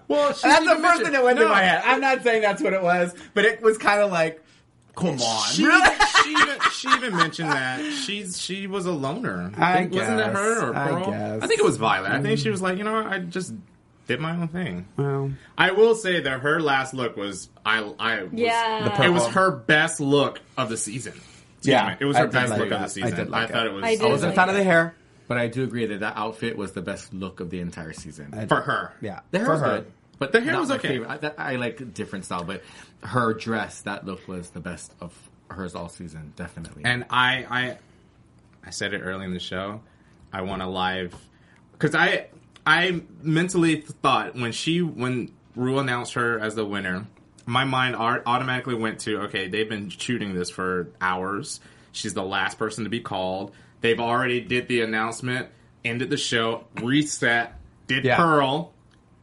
B: Well,
C: that's the first thing that went through my head. I'm not saying that's what it was, but it was kind of like
E: Come on.
B: She, (laughs) she, even, she even mentioned that she's she was a loner.
C: I
B: think, wasn't that
C: guess,
B: her or
C: I
B: Pearl?
C: guess. Mm.
B: think it was Violet. I think she was like, you know, what? I just did my own thing.
C: Well,
B: I will say that her last look was I I was,
D: Yeah. The
B: it
C: purple.
B: was her best look of the season.
C: yeah,
B: It was
C: I
B: her
C: did
B: best
C: like
B: look
C: that.
B: of the season.
C: I did like
B: thought it was
D: I did.
E: I wasn't a
D: like
E: fan of
D: it.
E: the hair, but I do agree that that outfit was the best look of the entire season.
B: for her.
C: Yeah,
E: the hair
C: for
E: was
C: her.
E: good. But
B: The hair
E: not
B: was
E: my
B: okay.
E: favorite. I, that- I like different style, but her dress, that look was the best of hers all season, definitely.
B: And I, I, I said it early in the show. I want a live because I, I mentally thought when she when Rue announced her as the winner, my mind ar- automatically went to okay, they've been shooting this for hours. She's the last person to be called. They've already did the announcement, ended the show, reset, did
C: Yeah.
B: Pearl,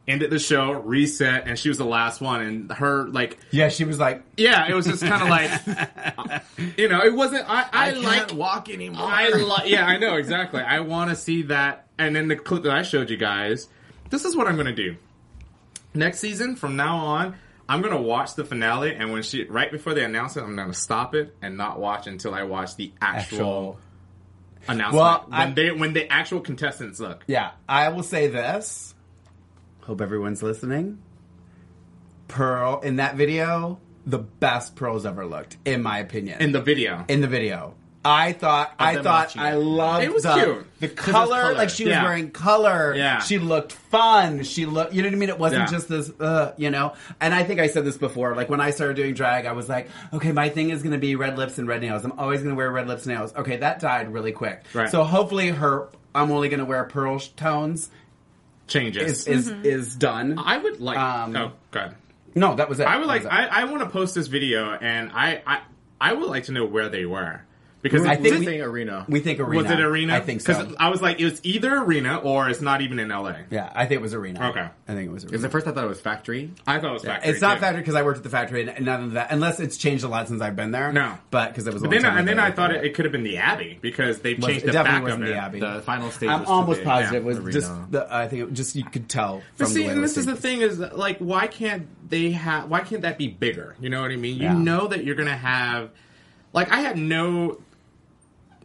B: ended the show, reset, and she was the last one. And her like
C: Yeah, she was like,
B: yeah, it was just kind of like, you know, it wasn't. I, I, like.
E: walk anymore.
B: I like. Yeah, I know exactly. I want to see that. And then the clip that I showed you guys, this is what I'm gonna do. Next season, from now on, I'm gonna watch the finale, and when she right before they announce it, I'm gonna stop it and not watch until I watch the actual,
C: Actual.
B: announcement
C: Well,
B: when
C: I-
B: they when the actual contestants look.
C: yeah. I will say this. Hope everyone's listening. Pearl in that video, the best Pearl's ever looked, in my opinion.
B: in the video.
C: in the video. I thought I
E: them
C: thought
E: watching
C: I
E: it.
C: loved
B: It was
C: the,
B: cute.
C: the
B: 'Cause it was
C: color,
B: color.
C: like she was
B: Yeah.
C: wearing color.
B: Yeah.
C: She looked fun. She looked you know what I mean? It wasn't
B: Yeah.
C: just this uh, you know. And I think I said this before, like when I started doing drag, I was like, okay, my thing is gonna be red lips and red nails. I'm always gonna wear red lips and nails. Okay, that died really quick.
B: Right.
C: So hopefully her I'm only gonna wear pearl sh- tones
B: Changes.
C: is is, is done.
B: I would like.
C: Um,
B: oh, God.
C: no, that was it.
B: I would like.
C: That was
B: I, I want to post this video, and I, I I would like to know where they were because
C: it. I
B: it
C: think
B: did-
C: we,
E: arena.
C: we think arena.
B: was it arena?
C: I think so.
B: I was like, it was either arena or it's not even in LA.
C: yeah, I think it was arena.
B: Okay.
C: I think it was arena.
E: Because at first I thought it was factory.
B: I thought it was factory.
C: It's not
B: too.
C: factory because I worked at the factory and none of that. Unless it's changed a lot since I've been there.
B: No.
C: but because it was. a
B: But
C: long
B: then,
C: time
B: and then
C: ago.
B: I thought it, it could have been the Abbey because they've
C: Was-
B: changed
C: it
B: the
C: definitely
B: back of
C: wasn't
B: it.
C: the Abbey.
E: The final stage.
C: I'm
E: was
C: almost
E: today.
C: positive it
B: yeah,
C: was
E: Arena.
C: just the. I think it just you could tell.
B: But
C: From the
B: see,
C: way it
B: and
C: was
B: this is the
C: taped.
B: thing: is that, like, why can't they have? Why can't that be bigger? You know what I mean? You
C: Yeah.
B: know that you're gonna have, like, I had no,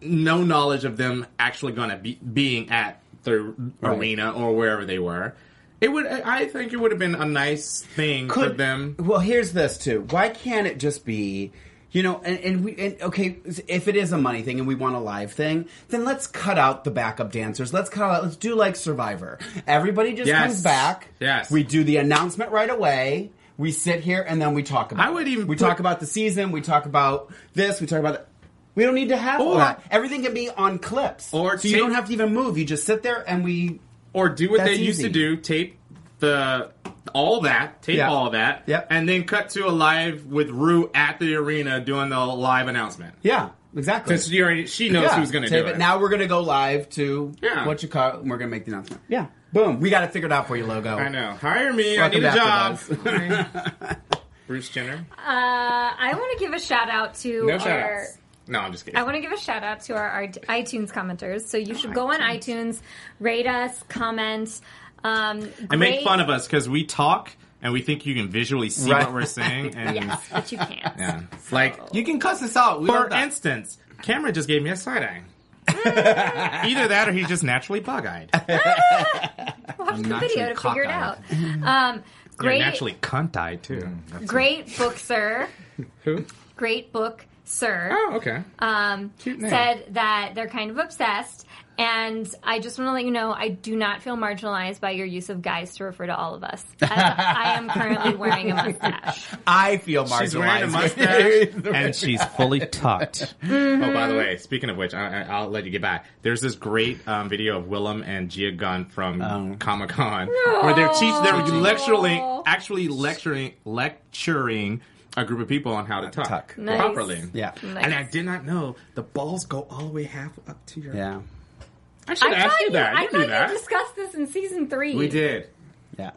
B: no knowledge of them actually gonna be being at the
C: Right.
B: arena or wherever they were. It would, I I think, it would have been a nice thing for them.
C: Well, here's this too. Why can't it just be, you know, and, and we and okay, if it is a money thing and we want a live thing, then let's cut out the backup dancers. Let's cut out. Let's do like Survivor. Everybody just
B: Yes.
C: comes back.
B: Yes.
C: We do the announcement right away. We sit here and then we talk about.
B: I would
C: it.
B: even
C: we
B: put-
C: talk about the season. We talk about this. We talk about. that. We don't need to have all
B: Or-
C: that. Everything can be on clips,
B: Or
C: so you
B: take-
C: don't have to even move. You just sit there and we.
B: Or do what
C: That's
B: they used to
C: easy.
B: do: tape the all that, tape
C: Yeah.
B: all that,
C: Yep.
B: and then cut to a live with Rue at the arena doing the live announcement.
C: Yeah, exactly.
B: Since you already, she knows who's going to
C: Save
B: do it.
C: Now we're gonna go live to
B: Yeah.
C: what you call. and We're gonna make the announcement. Yeah, boom. We got it figured out for you, logo.
B: I know. Hire me.
C: Welcome
B: I need a job.
C: back to
B: (laughs) Bruce Jenner.
D: Uh, I want to give a shout out to
B: No
D: our.
B: shout outs. No, I'm just kidding.
D: I want to give a shout out to our, our iTunes commenters. So you should go on iTunes, rate us, comment. Um,
B: and make
D: great-
B: fun of us because we talk and we think you can visually see
C: Right.
B: what we're saying.
D: (laughs)
B: And
D: Yes, but you can't.
B: yeah. like,
E: You can cuss this out. We
B: for
E: love that.
B: instance, Cameron just gave me a side eye. Either that or he's just naturally bug eyed.
D: Watch the
E: naturally
D: video to figure it out.
B: (laughs)
D: Um,
B: You're
D: great,
B: naturally cunt eyed too.
D: great book, sir.
B: Who?
D: Great book, sir.
B: Oh, okay.
D: um,
B: name.
D: said that they're kind of obsessed. And I just want to let you know, I do not feel marginalized by your use of guys to refer to all of us. As I am currently wearing a mustache.
C: I feel marginalized.
B: She's wearing a mustache (laughs) and she's fully tucked. Oh, by the way, speaking of which, I, I, I'll let you get back. There's this great um, video of Willem and Gia Gunn from Comic Con where they're Oh. teaching, they're lecturing, actually lecturing, lecturing a group of people on how to tuck,
C: tuck.
D: Nice.
B: properly.
C: yeah,
D: Nice.
B: And I did not know the balls go all the way half up to
C: (laughs)
B: your.
C: yeah,
B: I should
D: I
B: ask
D: thought
B: you
D: you,
B: that.
D: I
B: you
D: thought
B: knew that.
D: you discussed this in season three.
E: We did.
C: yeah.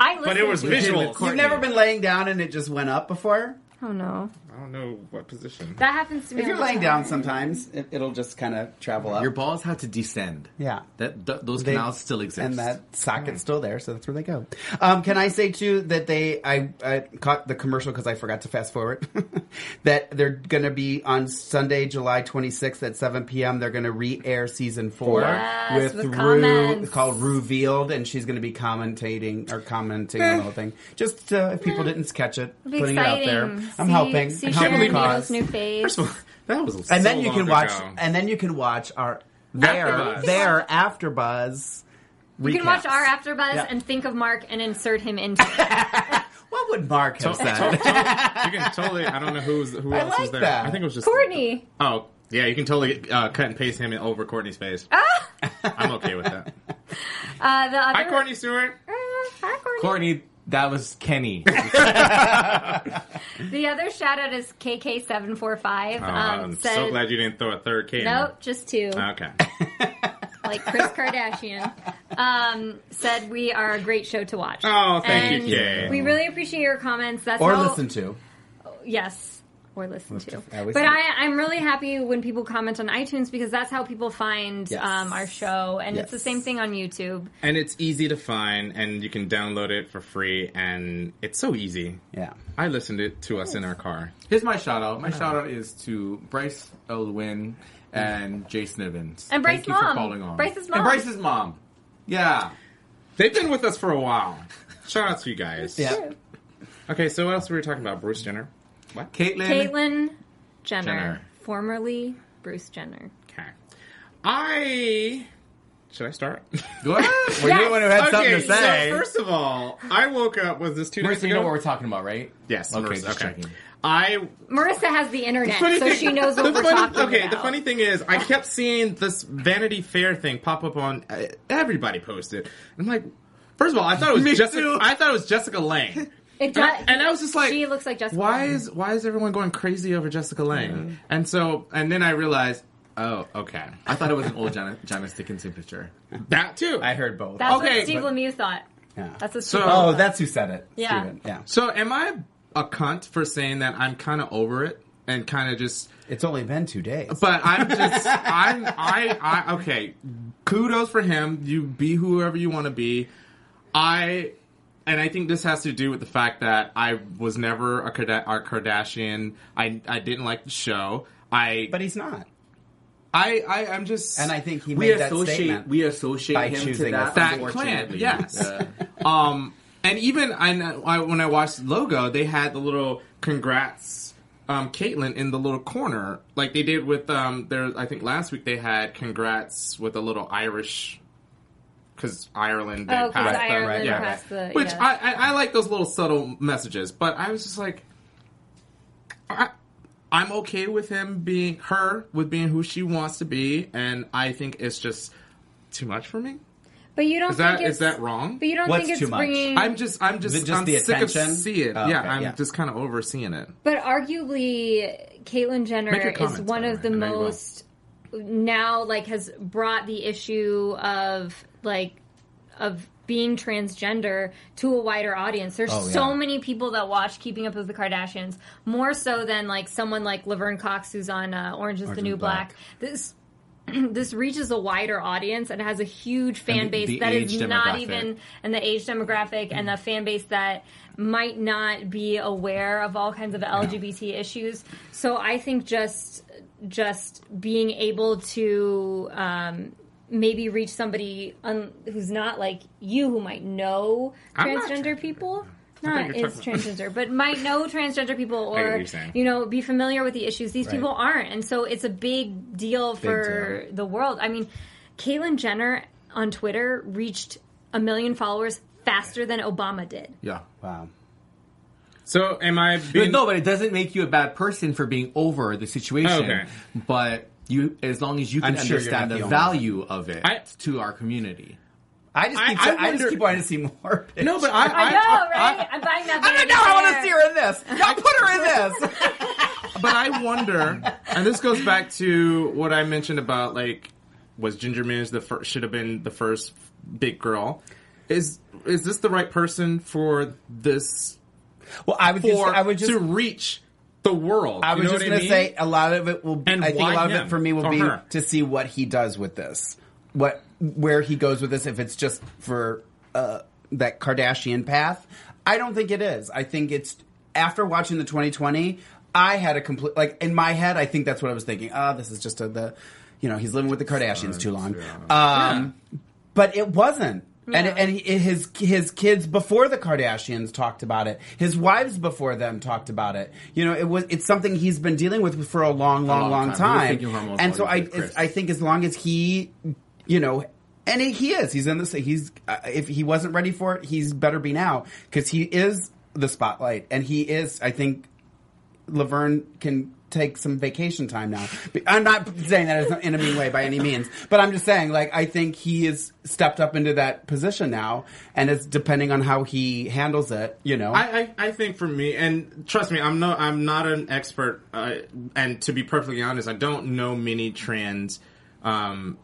D: I listened
B: but it was
D: to it.
B: visual.
C: You've never been laying down and it just went up before.
D: Oh no,
B: I don't know what position.
D: that happens to me.
C: If
D: all
C: you're
D: the
C: laying
D: time.
C: down, sometimes it, it'll just kind of travel up.
E: Your balls had to descend.
C: Uh, Yeah.
E: That th- those
C: They-
E: canals still exist.
C: and that socket's still there, so that's where they go. Um, can I say too that they? I, I caught the commercial because I forgot to fast forward. (laughs) that they're going to be on Sunday, July 26th at 7 p.m. They're going to re-air season four
D: Yes, with
C: Rue
D: comments.
C: called Revealed, and she's going to be commentating or
D: (laughs)
C: commenting on the whole thing. Just uh, if people didn't catch it,
D: It'd be
C: putting
D: exciting.
C: it out there. I'm
D: see,
C: helping.
D: See
C: I'm
D: Sharon
C: helping
D: Needle's
C: cause.
D: new face.
B: First of all, that was so
C: And then you
B: long
C: can watch.
B: ago.
C: And then you can watch our their
B: Afterbuzz.
C: their after buzz.
D: you can watch our
C: recaps.
D: AfterBuzz
C: Yeah.
D: and think of Mark and insert him into
B: (laughs)
D: it.
C: What would Mark have said?
B: you can totally. I don't know who was who
C: I
B: else was
C: like
B: there.
C: that.
B: I think it was just
D: Courtney.
B: Oh yeah, you can totally uh, cut and paste him in over Courtney's face. (laughs) I'm okay with that.
D: Uh, the other,
B: Hi, Courtney Stewart.
D: Uh, hi, Courtney.
E: Courtney, that was
D: (laughs)
E: Kenny.
D: Um, The other shout out is KK745.
B: Oh,
D: um,
B: I'm
D: said,
B: so glad you Uh, didn't throw a third K. in there.
D: Nope, just two.
B: Okay. (laughs)
D: like Chris Kardashian, um, said we are a great show to watch.
B: Oh, thank
D: And
B: you, Kay.
D: We really appreciate your comments. That's
C: or
D: how-
C: listen to.
D: Yes. Or listen to.
C: I always
D: But
C: say-
D: I, I'm really happy when people comment on iTunes because that's how people find
C: Yes.
D: um, our show. And it's the
C: Yes.
D: same thing on YouTube.
B: and it's easy to find, and you can download it for free, and it's so easy.
C: Yeah.
B: I listened it to us in our car.
E: Here's my shout out.
B: Uh-huh.
E: My shout out is to Bryce Elwin and Jay Snivens.
D: And Bryce's
E: Thank you
D: mom.
E: for following on.
D: Bryce's mom.
E: And Bryce's mom.
D: (laughs)
E: Yeah.
B: They've been with us for a while. Shout out to you guys.
C: Yeah.
B: Okay, so what else were we talking about? Bruce Jenner. What?
E: Caitlin.
D: Caitlyn Jenner,
B: Jenner.
D: formerly Bruce Jenner.
B: Okay. I should I start?
E: Go ahead.
C: Well, you're the one who had something to say.
B: So first of all, I woke up. Was this two days
E: Marissa,
B: ago?
E: you know what we're talking about, right?
B: yes.
E: Okay,
B: Marissa,
E: just
B: okay.
E: checking.
B: I
D: Marissa has the internet,
B: funny
D: so
B: thing-
D: she knows
B: the
D: what we're
B: funny-
D: talking
B: okay,
D: about.
B: the funny thing is, I kept seeing this Vanity Fair thing pop up on uh, everybody posted. I'm like, first of all, I thought (laughs) it was Jessica. I thought it was
D: (laughs)
B: Jessica Lange.
D: It
B: And I-
D: does,
B: and I was just like,
D: she looks like Jessica.
B: Why
D: Lange.
B: is why is everyone going crazy over Jessica Lange? And so, and then I realized, oh, okay, (laughs)
E: I thought it was an old Janice, Janice Dickinson picture.
B: that too.
C: I heard both.
D: That's
B: Okay,
D: what Steve
B: but-
D: Lemieux thought.
C: Yeah.
D: That's what
B: So-
D: Steve
C: oh,
D: Lemieux thought.
C: that's who said it.
D: Yeah.
C: Steven. Yeah.
B: so, am I a cunt for saying that I'm kind of over it and kind of just?
C: It's only been two days.
B: But I'm just, I'm, I, I, okay. Kudos for him. You be whoever you want to be. I, and I think this has to do with the fact that I was never a, Karda- a Kardashian. I, I didn't like the show. I,
C: but he's not.
B: I, I, I'm just,
C: And I think he
E: We
C: made that
E: associate.
C: statement.
E: We associate
C: By
E: him to
C: choosing
E: that,
C: us.
B: that clan.
E: unfortunately.
B: Yes.
E: Yeah.
B: um, and even I, know- I when I watched Logo, they had the little congrats. Um, Caitlyn in the little corner, like they did with um, their. I think last week they had congrats with a little Irish, because Ireland they
D: Oh, 'cause
B: passed the-
D: Ireland
C: right,
B: yeah,
D: passed the-
B: which
D: yeah.
B: I, I I like those little subtle messages, but I was just like, I, I'm okay with him being her with being who she wants to be, and I think it's just too much for me.
D: But you don't
B: Is that
D: think
B: is
D: it's,
B: that wrong?
D: But you don't
C: What's
D: think
C: too
D: it's
C: much?
D: bringing.
B: I'm just, I'm just,
C: Is it just
B: I'm
C: the
B: sick
C: attention?
B: of seeing it.
C: Oh,
B: yeah,
C: okay,
B: I'm
C: yeah.
B: just kind of overseeing it.
D: but arguably, Caitlyn
B: Make
D: Jenner
B: your
D: is
B: comments,
D: one
B: by
D: of
B: the
D: the
B: way. I know you will.
D: most now like has brought the issue of like of being transgender to a wider audience. There's
C: Oh, yeah.
D: so many people that watch Keeping Up with the Kardashians more so than like someone like Laverne Cox who's on uh, Orange is the
C: is
D: New
C: the Black.
D: Black. This (clears throat) this reaches a wider audience and has a huge fan
E: And the- the
D: base that is
E: age
D: not
E: demographic.
D: even and the age demographic and the
B: Mm.
D: fan base that might not be aware of all kinds of LGBT issues. So I think just just being able to um, maybe reach somebody un- who's not like you who might know
B: I'm not
D: transgender people.
B: I
D: Not
B: thought you were
D: is
B: talking
D: transgender, but might know transgender people
B: (laughs) I get what
D: or
B: you're saying.
D: you know be familiar with the issues. These
C: Right.
D: people aren't, and so it's a big deal for the world. I mean, Caitlyn Jenner on Twitter reached a million followers faster than Obama did.
E: Yeah.
C: Wow.
B: So am I being?
E: no, but it doesn't make you a bad person for being over the situation.
B: Okay.
E: But you, as long as you can
C: I'm sure you're not
E: understand
C: the
E: the
C: only
E: value of it
B: I-
E: to our community.
C: I just
B: I-
C: keep.
B: I
C: I, just
B: wonder-
C: keep wanting to see more.
B: no, but I, I,
D: I know,
B: I-
D: right? I, am buying that.
C: I
D: Vanity
C: know. I want
D: Fair.
C: to see her in this. Y'all put her in this.
B: but I wonder, and this goes back to what I mentioned about like, was Ginger Minj the first? Should have been the first big girl. Is is this the right person for this
C: well, I would
B: for
C: just. I would just.
B: to reach the world.
C: I
B: You
C: was
B: know
C: just
B: what
C: gonna
B: mean?
C: say a lot of it will. Be,
B: And
C: I think a
B: why
C: lot of
B: him
C: it for me will
B: or
C: be
B: her?
C: to see what he does with this, what where he goes with this. If it's just for uh, that Kardashian path, I don't think it is. I think it's after watching the 2020. I had a complete like in my head. I think that's what I was thinking. Ah, this is just a, the, you know, he's living with the Kardashians too long. Um, but it wasn't. And,
D: Yeah.
C: and he- his his kids before the Kardashians talked about it. His wives before them talked about it. You know, it was it's something he's been dealing with for a long, long,
E: long
C: long,
E: time. He was
C: time.
E: taking hormones
C: And
E: while
C: so
E: he
C: I
E: was with Chris.
C: I think as long as he, you know, and he is he's in this he's uh, if he wasn't ready for it, he's better be now because he is the spotlight and he is I think Laverne can take some vacation time now. But I'm not saying that as an- in a mean way by any means, but I'm just saying, like, I think he is stepped up into that position now, and it's depending on how he handles it, you know.
B: I, I, I think for me, and trust me, I'm no, I'm not an expert, uh, and to be perfectly honest, I don't know many trans um,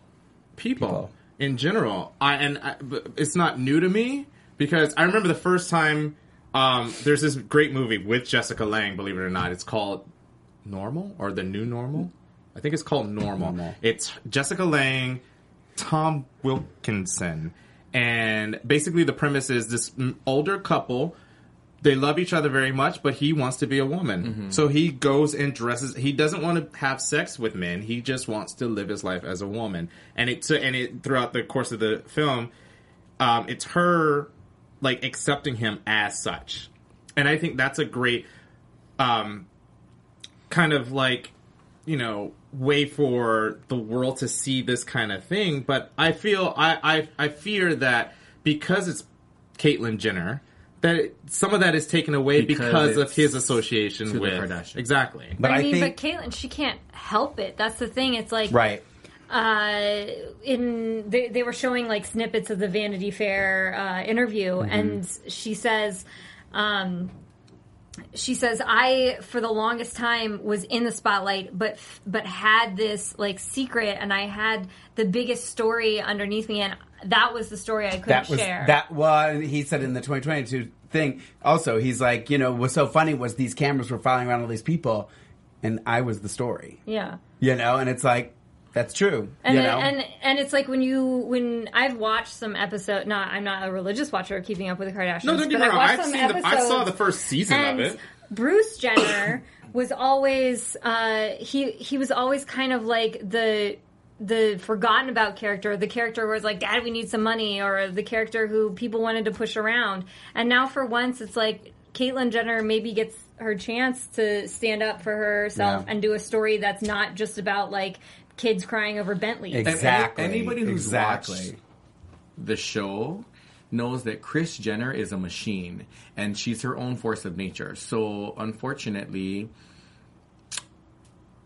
B: people,
C: People.
B: in general. I and I, but it's not new to me because I remember the first time. Um, there's this great movie with Jessica Lange, believe it or not. It's called Normal or The New Normal. I think it's called Normal. It's Jessica Lange, Tom Wilkinson, and basically the premise is this mm, older couple they love each other very much, but he wants to be a woman. So he goes and dresses. He doesn't want to have sex with men. He just wants to live his life as a woman. And it so, and it throughout the course of the film, um, it's her like accepting him as such. And I think that's a great um, kind of like you know way for the world to see this kind of thing. But I feel I I, I fear that because it's Caitlyn Jenner. That it, some of that is taken away
E: Because
B: because, of
E: it's
B: his association
E: to the
B: with
E: Kardashians.
B: exactly.
C: but
D: I,
C: I,
D: mean,
C: think,
D: but Caitlyn, she can't help it. That's the thing. It's like
C: right.
D: uh, in they, they were showing like snippets of the Vanity Fair uh, interview,
C: Mm-hmm.
D: and she says, um, she says, I for the longest time was in the spotlight, but but had this like secret, and I had the biggest story underneath me, and that was the story I couldn't
C: That was
D: share.
C: that was he said in the 2022 thing. Also, he's like, you know, what's so funny was these cameras were following around all these people, and I was the story,
D: yeah.
C: you know, and it's like that's true,
D: And,
C: you know.
D: and and it's like when you when I've watched some episode. Not I'm not a religious watcher of Keeping Up with the Kardashians.
B: No, don't get
D: but
B: me wrong.
D: watched
B: I've
D: some
B: seen the, I saw
D: episodes
B: the first season
D: and
B: of it.
D: Bruce Jenner was always uh, he he was always kind of like the the forgotten about character, the character was like, Dad, we need some money, or the character who people wanted to push around. And now for once, it's like Caitlyn Jenner maybe gets her chance to stand up for herself
C: Yeah.
D: and do a story that's not just about like kids crying over Bentley.
E: And any-
C: exactly.
E: anybody who's
C: exactly.
E: watched the show knows that Chris Jenner is a machine and she's her own force of nature. So unfortunately,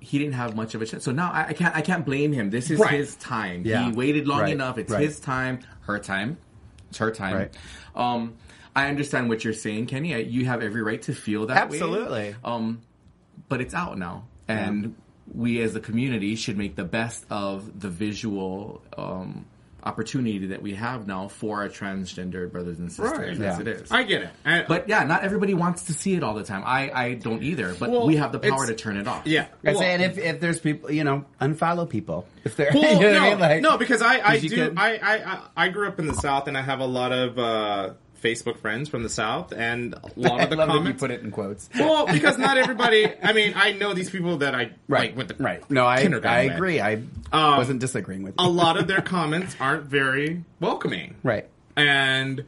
E: he didn't have much of a chance. So now I, I can't I can't blame him. This is
B: Right.
E: his time.
C: Yeah.
E: He waited long
C: Right.
E: enough. It's
C: Right.
E: his time, her time. It's her time.
C: Right.
E: Um I understand what you're saying, Kenny. I- You have every right to feel that way.
C: Absolutely.
E: Um but it's out now. And we as a community should make the best of the visual um, opportunity that we have now for our transgender brothers and sisters.
B: Right.
E: Yes,
C: Yeah.
E: it is.
B: I get it. I-
E: but yeah, not everybody wants to see it all the time. I, I don't either, but
B: Well,
E: we have the power
B: it's-
E: to turn it off.
B: yeah,
C: I
B: Well-
C: say, and if, if there's people, you know, unfollow people. If they're, (laughs)
B: Well,
C: you know
B: no,
C: what I mean? Like,
B: no, because I, I
C: 'cause you
B: do.
C: can-
B: I, I, I- I grew up in the South, and I have a lot of uh, Facebook friends from the South,
C: (laughs)
B: and a lot
C: I
B: of the
C: love that you
B: comments.
C: put it in quotes.
B: (laughs) well, because not everybody. I mean, I know these people that I like went to
C: right. No, I,
B: kindergarten
C: I
B: with.
C: agree. I
B: Um,
C: wasn't disagreeing with you.
B: A lot of their comments aren't very welcoming,
C: Right.
B: And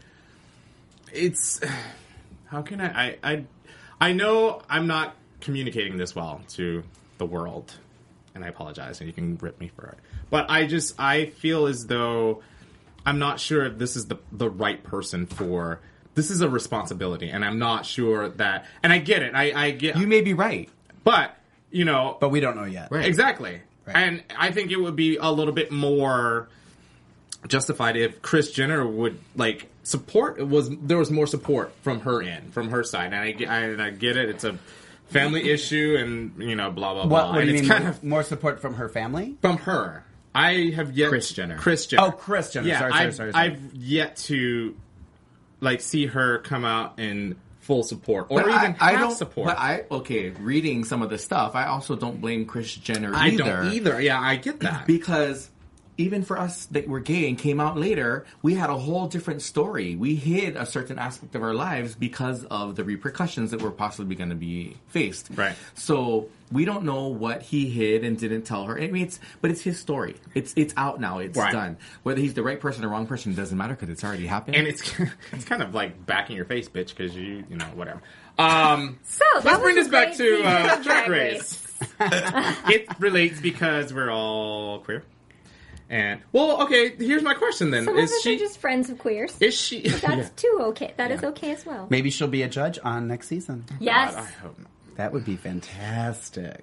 B: it's (sighs) how can I? I I, I know I'm not communicating this well to the world, and I apologize, and you can rip me for it. But I just I feel as though I'm not sure if this is the the right person for. This is a responsibility, and I'm not sure that. And I get it. I, I get.
E: You may be right.
B: but you know,
C: But we don't know yet.
E: Right.
B: Exactly.
C: Right.
B: And I think it would be a little bit more justified if Chris Jenner would like support it was there was more support from her end, from her side. And I, get- I, and I get it. It's a family issue and you know blah blah
C: What,
B: blah.
C: what do
B: and
C: you
B: it's
C: mean?
B: kind
C: more-
B: of
C: more support from her family?
B: from her. I have yet
E: Kris Jenner.
B: Kris Jenner.
C: Oh, Kris Jenner.
B: Yeah,
C: Sorry, sorry,
B: I've,
C: sorry, sorry.
B: I've yet to like see her come out and full support or
E: But
B: even
E: I, I
B: half
E: don't
B: support.
E: But I okay, reading some of the stuff, I also don't blame Chris Jenner
B: I
E: either.
B: don't either. Yeah, I get that.
E: because even for us that were gay and came out later, we had a whole different story. We hid a certain aspect of our lives because of the repercussions that were possibly going to be faced.
B: Right.
E: So we don't know what he hid and didn't tell her. I mean, it's but it's his story. It's it's out now. It's
B: Right.
E: done. Whether he's the right person or wrong person doesn't matter because it's already happened.
B: and it's (laughs) it's kind of like back in your face, bitch, because you you know whatever. Um,
D: So
B: let's bring
D: was
B: this
D: a great
B: back to
D: season
B: uh,
D: of
B: Drag
D: (laughs) Drag
B: Race. (laughs) it relates because we're all queer, and well, okay. Here's my question then:
D: Some of
B: Is
D: us
B: she
D: are just friends of queers.
B: is she?
D: That's
B: (laughs)
D: too okay. That is okay as well.
C: Maybe she'll be a judge on next season.
D: Yes.
B: I hope not.
C: That would be fantastic.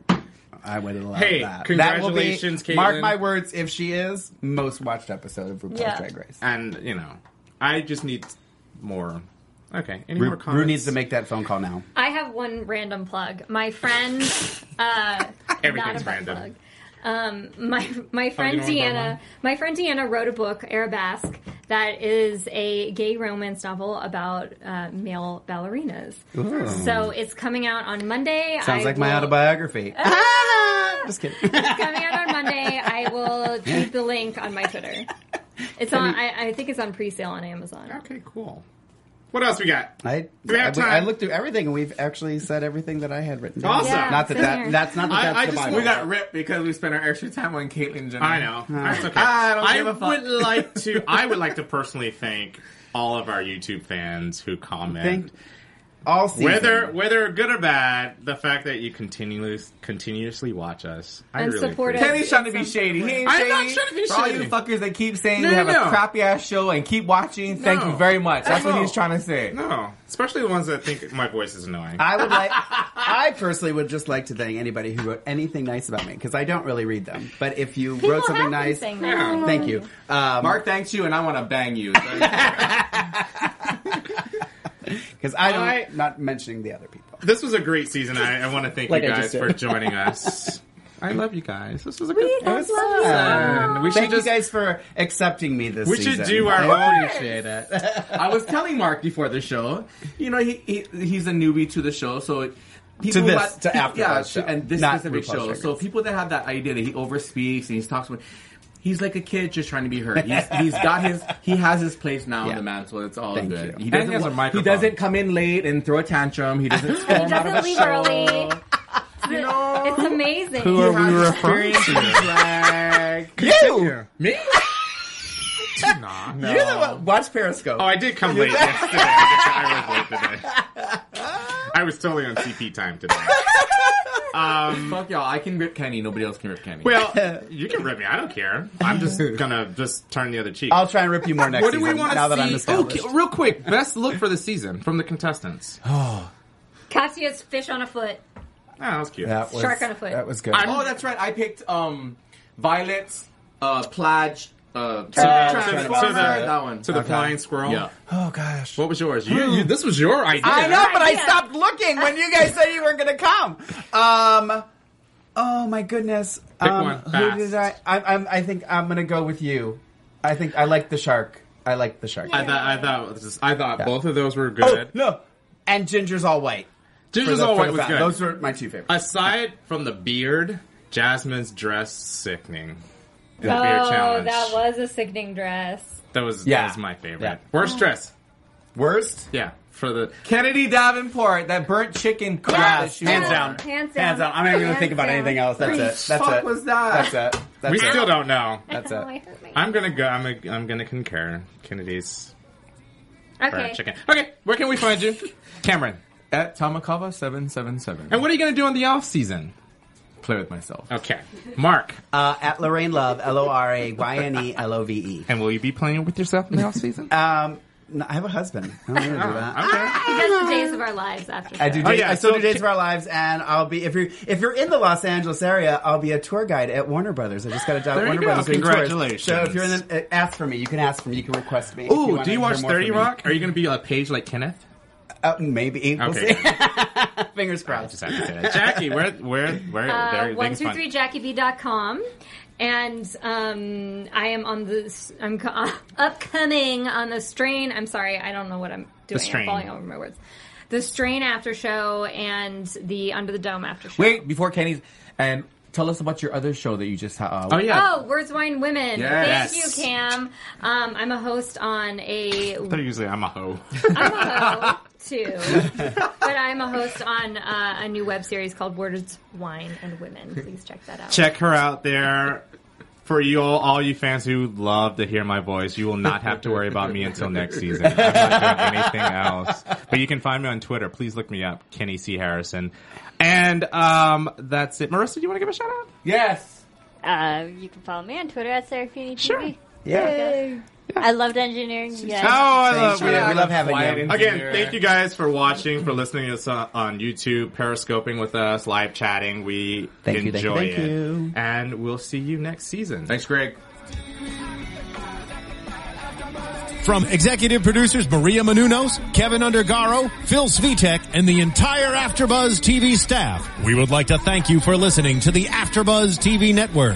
C: I would love
B: Hey,
C: that.
B: congratulations,
C: that will be,
B: Caitlin.
C: Mark my words, if she is, most watched episode of RuPaul's
D: Yeah.
C: Drag Race.
B: And you know, I just need more. Okay, any
C: Ru,
B: more
C: Ru
B: comments?
C: needs to make that phone call now.
D: I have one random plug. My friend, uh,
B: (laughs) Everything's
D: not a butt
B: random. Oh,
D: plug. Um, my my friend
B: know about
D: Deanna,
B: mine?
D: my friend Deanna wrote a book, Arabesque, that is a gay romance novel about uh, male ballerinas. So it's coming out on Monday.
C: Sounds
D: I
C: like my
D: will- (laughs) Ah!
C: autobiography. Just kidding.
D: It's coming out on Monday. I will tweet the link on my Twitter. It's on. I, I think it's on pre-sale on Amazon.
B: Okay, cool. What else we got?
C: I,
B: We have
C: I- I
B: time.
C: looked through everything, and we've actually said everything that I had written. down.
B: Awesome. Yeah,
C: not that,
D: same
C: that
D: here.
C: that's not that
B: I-
C: that's
B: I
C: the
B: just-
C: Bible.
E: we got ripped because we spent our extra time on Caitlyn Jenner.
B: I know. That's okay.
E: I don't give a fuck.
B: would
E: (laughs)
B: like to. I would like to personally thank all of our YouTube fans who comment.
C: Thank- all season.
B: Whether whether good or bad, the fact that you continuously continuously watch us, I
D: And
B: really
D: support
B: appreciate
D: us.
E: Kenny's trying to be shady. He ain't
B: I'm
E: shady.
B: not trying to be
E: For all
B: shady.
E: you fuckers that keep saying
B: No,
E: you
B: no,
E: have
B: no.
E: a crappy ass show and keep watching, thank
B: No.
E: you very much. That's what
B: No.
E: he's trying to say.
B: it. No, especially the ones that think my voice is annoying.
C: I would
B: (laughs)
C: like. I personally would just like to thank anybody who wrote anything nice about me because I don't really read them. But if you
D: People
C: wrote something
D: have been
C: nice,
D: saying that.
C: thank you. Uh, Because
E: Mark thanks you, and I want to
D: (laughs)
E: bang you. So-
C: I don't
B: I-
C: not mentioning the other people.
B: this was a great season. I, I want to thank
G: Like
B: you
G: I
B: guys
G: just
B: for
G: did.
B: joining us. (laughs) I love you guys. This was a
D: We
B: good.
D: love
C: was
D: you.
B: fun. We should
C: Thank
B: just
C: you guys for accepting me this
B: we
C: season.
B: should do our
C: I-
B: own. (laughs)
E: appreciate it. I was telling Mark before the show, you know, he, he he's a newbie to the show, so it- people
C: this-
E: want-
C: to after
E: yeah,
C: the show,
E: and this
C: not
E: specific
C: RuPaul's
E: show.
C: Drag
E: So
C: Race.
E: people that have that idea that he overspeaks and he talks about. He's like a kid just trying to be heard. He's, he's got his, he has his place now in
C: Yeah.
E: the mantle. It's all
C: Thank you.
E: good. He
B: And he
E: doesn't,
B: has a
E: he
B: microphone.
E: doesn't come in late and throw a tantrum.
C: (laughs)
E: He doesn't storm
D: He
E: out of the
D: doesn't leave
E: show.
D: early.
E: You know?
D: It's amazing.
E: He has experience in drag.
C: (laughs) you.
B: Me? nah, no.
C: You're the one. Watch Periscope.
B: Oh, I did (laughs) come late yesterday. I was late today. (laughs) I was totally on CP time today.
E: Fuck y'all. I can rip Kenny. Nobody else can rip Kenny.
B: Well, you can rip me. I don't care. I'm just gonna just turn the other cheek.
C: I'll try and rip you more next
B: what do we
C: season,
B: want
C: now
B: to
C: that I'm
B: see? Oh,
C: established.
B: ki- real quick, best look for the season from the contestants. Oh,
D: Cassius fish on a foot.
B: Ah, that was cute.
C: That was,
D: Shark on a foot.
C: That was good.
E: Oh, that's right. I picked um, Violet's uh, Plage. Uh,
B: Uh, to, the,
E: Transformer,
B: to the-
E: that one.
B: to the
E: Okay.
B: flying squirrel.
E: Yeah.
C: oh gosh.
B: What was yours? You, you, this was your idea.
C: I know, but I
D: Yeah.
C: stopped looking when you guys said you weren't going to come. Um, oh my goodness. um,
B: one
C: who
B: fast.
C: did I? I, I'm, I think I'm going to go with you. I think I like the shark. I like the shark.
B: I thought. I thought. this is- I thought
C: Yeah.
B: both of those were
C: oh
B: good.
C: no! And Ginger's all white. For
B: Ginger's
C: the-
B: all
C: for
B: white
C: the
B: was
C: fact.
B: good.
C: Those were my two favorites.
B: Aside from the beard, Jasmine's dress sickening. In the
D: Oh,
B: beard challenge.
D: that was a sickening dress.
B: That was,
C: Yeah.
B: that was my favorite.
C: Yeah.
B: Worst dress.
C: Worst?
B: Yeah. For the
E: Kennedy Davenport, that burnt chicken. crap that she
C: hands
E: wore.
C: down.
D: Oh, Hands down.
C: Hands down. I'm not even going to
D: Hands
C: think about
D: down.
C: anything else. That's it. That's
E: fuck
C: it.
E: was that?
C: That's it. That's
B: we
C: it.
B: still don't know.
D: (laughs)
C: That's
D: Oh, I
C: it.
D: hurt my
B: I'm gonna go. I'm a, I'm gonna concur. Kennedy's burnt
D: Okay.
B: chicken. Okay. Where can we find you, (laughs) Cameron?
E: At Tamakava seven seven seven.
B: And what are you gonna do in the off season?
E: play with myself?
B: Okay. Mark.
C: Uh, at Lorraine Love, L O R A Y N E L O V E.
B: And will you be playing with yourself in the off (laughs) season?
C: Um, no, I have a husband. I don't need to do that.
B: (laughs) okay.
D: He does the days of our lives after.
C: I
D: that.
C: do.
B: Oh,
C: days-
B: yeah,
C: I still
B: so
C: do days
B: ca-
C: of our lives, and I'll be if you're if you're in the Los Angeles area, I'll be a tour guide at Warner Brothers. I just got a job
B: There
C: at
B: you
C: Warner
B: go.
C: Brothers. doing tours.
B: Congratulations.
C: So if you're in, the, uh, ask for me. You can ask for me. You can request me. if
B: Ooh,
C: wanna
B: do you
C: hear
B: watch
C: more from
B: Thirty
C: me.
B: Rock? Are you gonna be a page like Kenneth?
C: Uh, maybe. We'll
B: Okay.
C: see. (laughs) Fingers crossed.
B: Just have to say that. Jackie, where where where?
D: Uh,
B: there,
D: one two three jackieb.com. And um, I am on this. I'm uh, co- upcoming on the strain. I'm sorry, I don't know what I'm doing.
B: Strain.
D: I'm falling over my words. the Strain after show and the Under the Dome after show.
E: Wait, before Kenny's, and tell us about your other show that you just. Uh,
B: Oh yeah.
D: Oh, Words, Wine, Women.
E: Yes.
D: Thank you, Cam. Um, I'm a host on a
B: They're usually I'm a hoe.
D: I'm a hoe too, but I'm a host on uh, a new web series called Words, Wine, and Women. Please check that out.
B: Check her out there. For you all, all you fans who love to hear my voice, you will not have to worry about me until next season. I'm not doing anything else. But you can find me on Twitter. Please look me up, Kenny C. Harrison. And um, that's it. Marissa, do you want to give a shout out?
C: Yes.
F: Uh, you can follow me on Twitter at Serafini TV.
B: Sure.
C: Yay.
F: I loved engineering. You guys.
B: Oh, I love
C: Thanks, we, we love having
E: Quiet
C: you.
E: and-
B: Again, thank you guys for watching, for listening to us on, on YouTube, periscoping with us, live chatting. We
C: Thank you, thank you,
B: enjoy
C: thank
B: it.
C: you.
B: And we'll see you next season.
E: Thanks, Greg.
A: From executive producers Maria Manunos, Kevin Undergaro, Phil Svitek, and the entire Afterbuzz TV staff, we would like to thank you for listening to the Afterbuzz TV network.